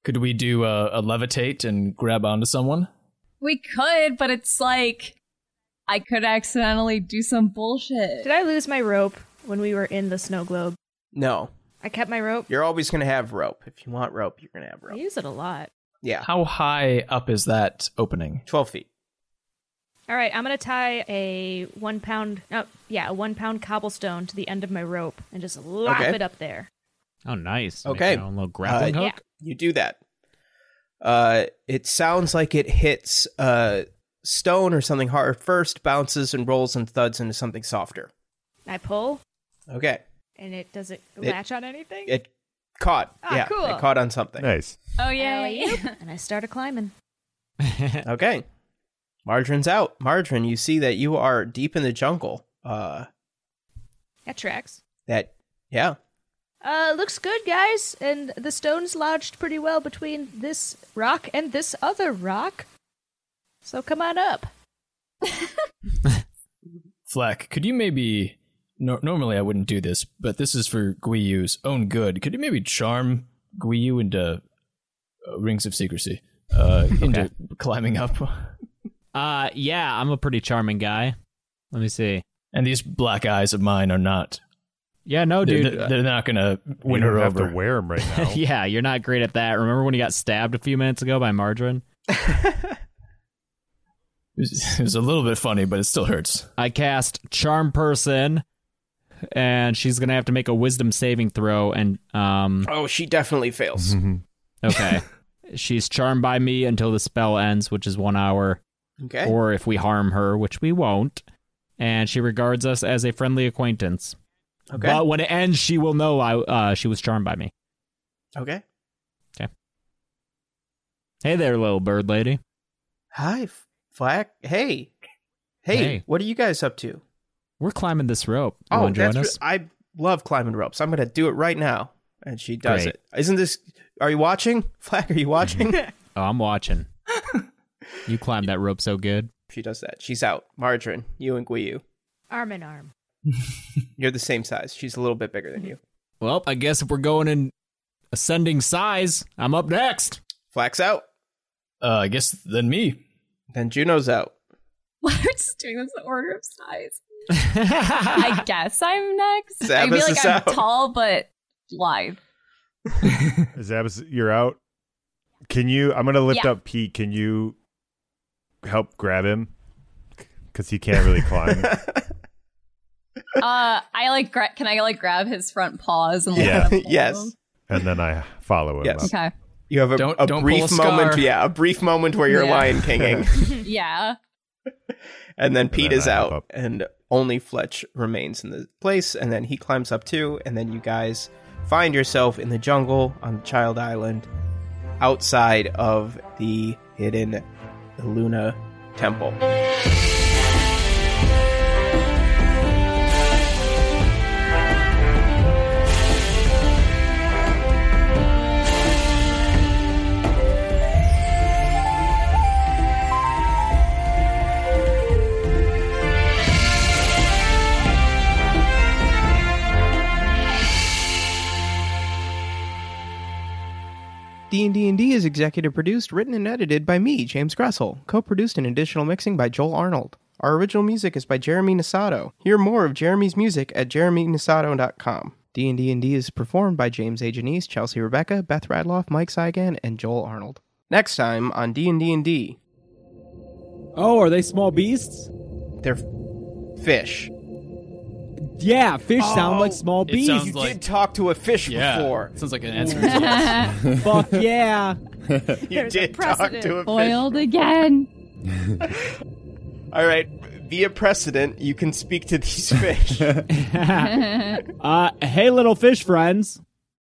Could we do a, a levitate and grab onto someone?
We could, but it's like I could accidentally do some bullshit.
Did I lose my rope when we were in the snow globe?
No,
I kept my rope.
you're always gonna have rope. If you want rope, you're gonna have
I
rope.
use it a lot.
Yeah,
How high up is that opening?
twelve feet.
All right, I'm gonna tie a one pound. No, yeah, a one pound cobblestone to the end of my rope and just lop
Okay.
it up there.
Oh, nice. Make
Okay.
your own little grappling
Uh,
hook.
You do that. Uh, it sounds like it hits a stone or something hard first, bounces and rolls and thuds into something softer.
I pull,
Okay,
and it doesn't
It-
latch on anything.
it caught.
Ah,
yeah,
cool.
it caught on something.
Nice.
Oh
Oh,
yeah.
yep. and I started climbing.
Okay. Margarine's out. Margarine, you see that you are deep in the jungle. Uh
That tracks.
that yeah.
Uh, looks good, guys. And the stone's lodged pretty well between this rock and this other rock. So come on up.
Flack, could you maybe? No, normally I wouldn't do this, but this is for Guiyu's own good. Could you maybe charm Guiyu into uh, rings of secrecy, uh, into climbing up?
Uh, yeah, I'm a pretty charming guy. Let me see.
And these black eyes of mine are not.
Yeah, no,
they're,
Oh, dude. uh,
they're- they're not gonna win
you
her
don't have
over.
to wear them right now.
yeah, you're not great at that. Remember when you got stabbed a few minutes ago by margarine?
It was, it was a little bit funny, but it still hurts.
I cast charm person, and she's gonna have to make a wisdom saving throw. And um,
Oh, she definitely fails.
Mm-hmm.
okay, she's charmed by me until the spell ends, which is one hour,
Mm-hmm. Okay.
or if we harm her, which we won't. And she regards us as a friendly acquaintance.
okay.
But when it ends, she will know I uh, she was charmed by me.
okay.
Hey there, little bird lady.
Hi, F- Flack. Hey. hey.
Hey.
what are you guys up to?
We're climbing this rope. You
oh,
wanna join
that's
us?
I love climbing ropes. I'm going to do it right now. And she does
Great.
it. Isn't this Are you watching? Flack, are you watching?
oh, I'm watching. you climbed that rope so good.
she does that. She's out. Margarine, you and Guiyu.
Arm in arm.
You're the same size. She's a little bit bigger than you.
Well, I guess if we're going in ascending size, I'm up next.
Flack's out.
Uh, I guess then me.
Then Juno's out.
Why are we just doing this in order of size? I guess I'm next. I feel
Zavis
like
is
I'm
out.
tall but lithe.
Zabs, you're out. Can you? I'm gonna lift
Yeah.
up Pete. Can you help grab him? Because he can't really climb.
Uh, I like. Gra- can I like grab his front paws and like,
Yeah.
let him
yes.
hold?
and then I follow him.
Yes.
Up.
Okay.
You have a,
Don't-
a
don't pull a
brief
scar.
moment, yeah, a brief moment where you're
Yeah.
Lion Kinging,
Yeah.
and then Pete
then
is
I hop
out,
up.
and only Fletch remains in the place, and then he climbs up too, and then you guys find yourself in the jungle on Child Island, outside of the hidden Luna Temple. D&D and D is executive produced, written, and edited by me, James Gressel. Co-produced and additional mixing by Joel Arnold. Our original music is by Jeremy Nisato. Hear more of Jeremy's music at jeremynisato.com. D&D and D is performed by James A. Janice, Chelsea Rebecca, Beth Radloff, Mike Saigan, and Joel Arnold. Next time on D&D and D,
Oh, are they small beasts?
they're fish.
Yeah, fish sound
Oh.
like small
it sounds
beasts.
like-
Did talk to a fish
Yeah,
before.
sounds like an answer.
Fuck yeah.
You did talk to a fish.
Oiled again.
All right, via precedent, you can speak to these fish.
Uh, hey, little fish friends.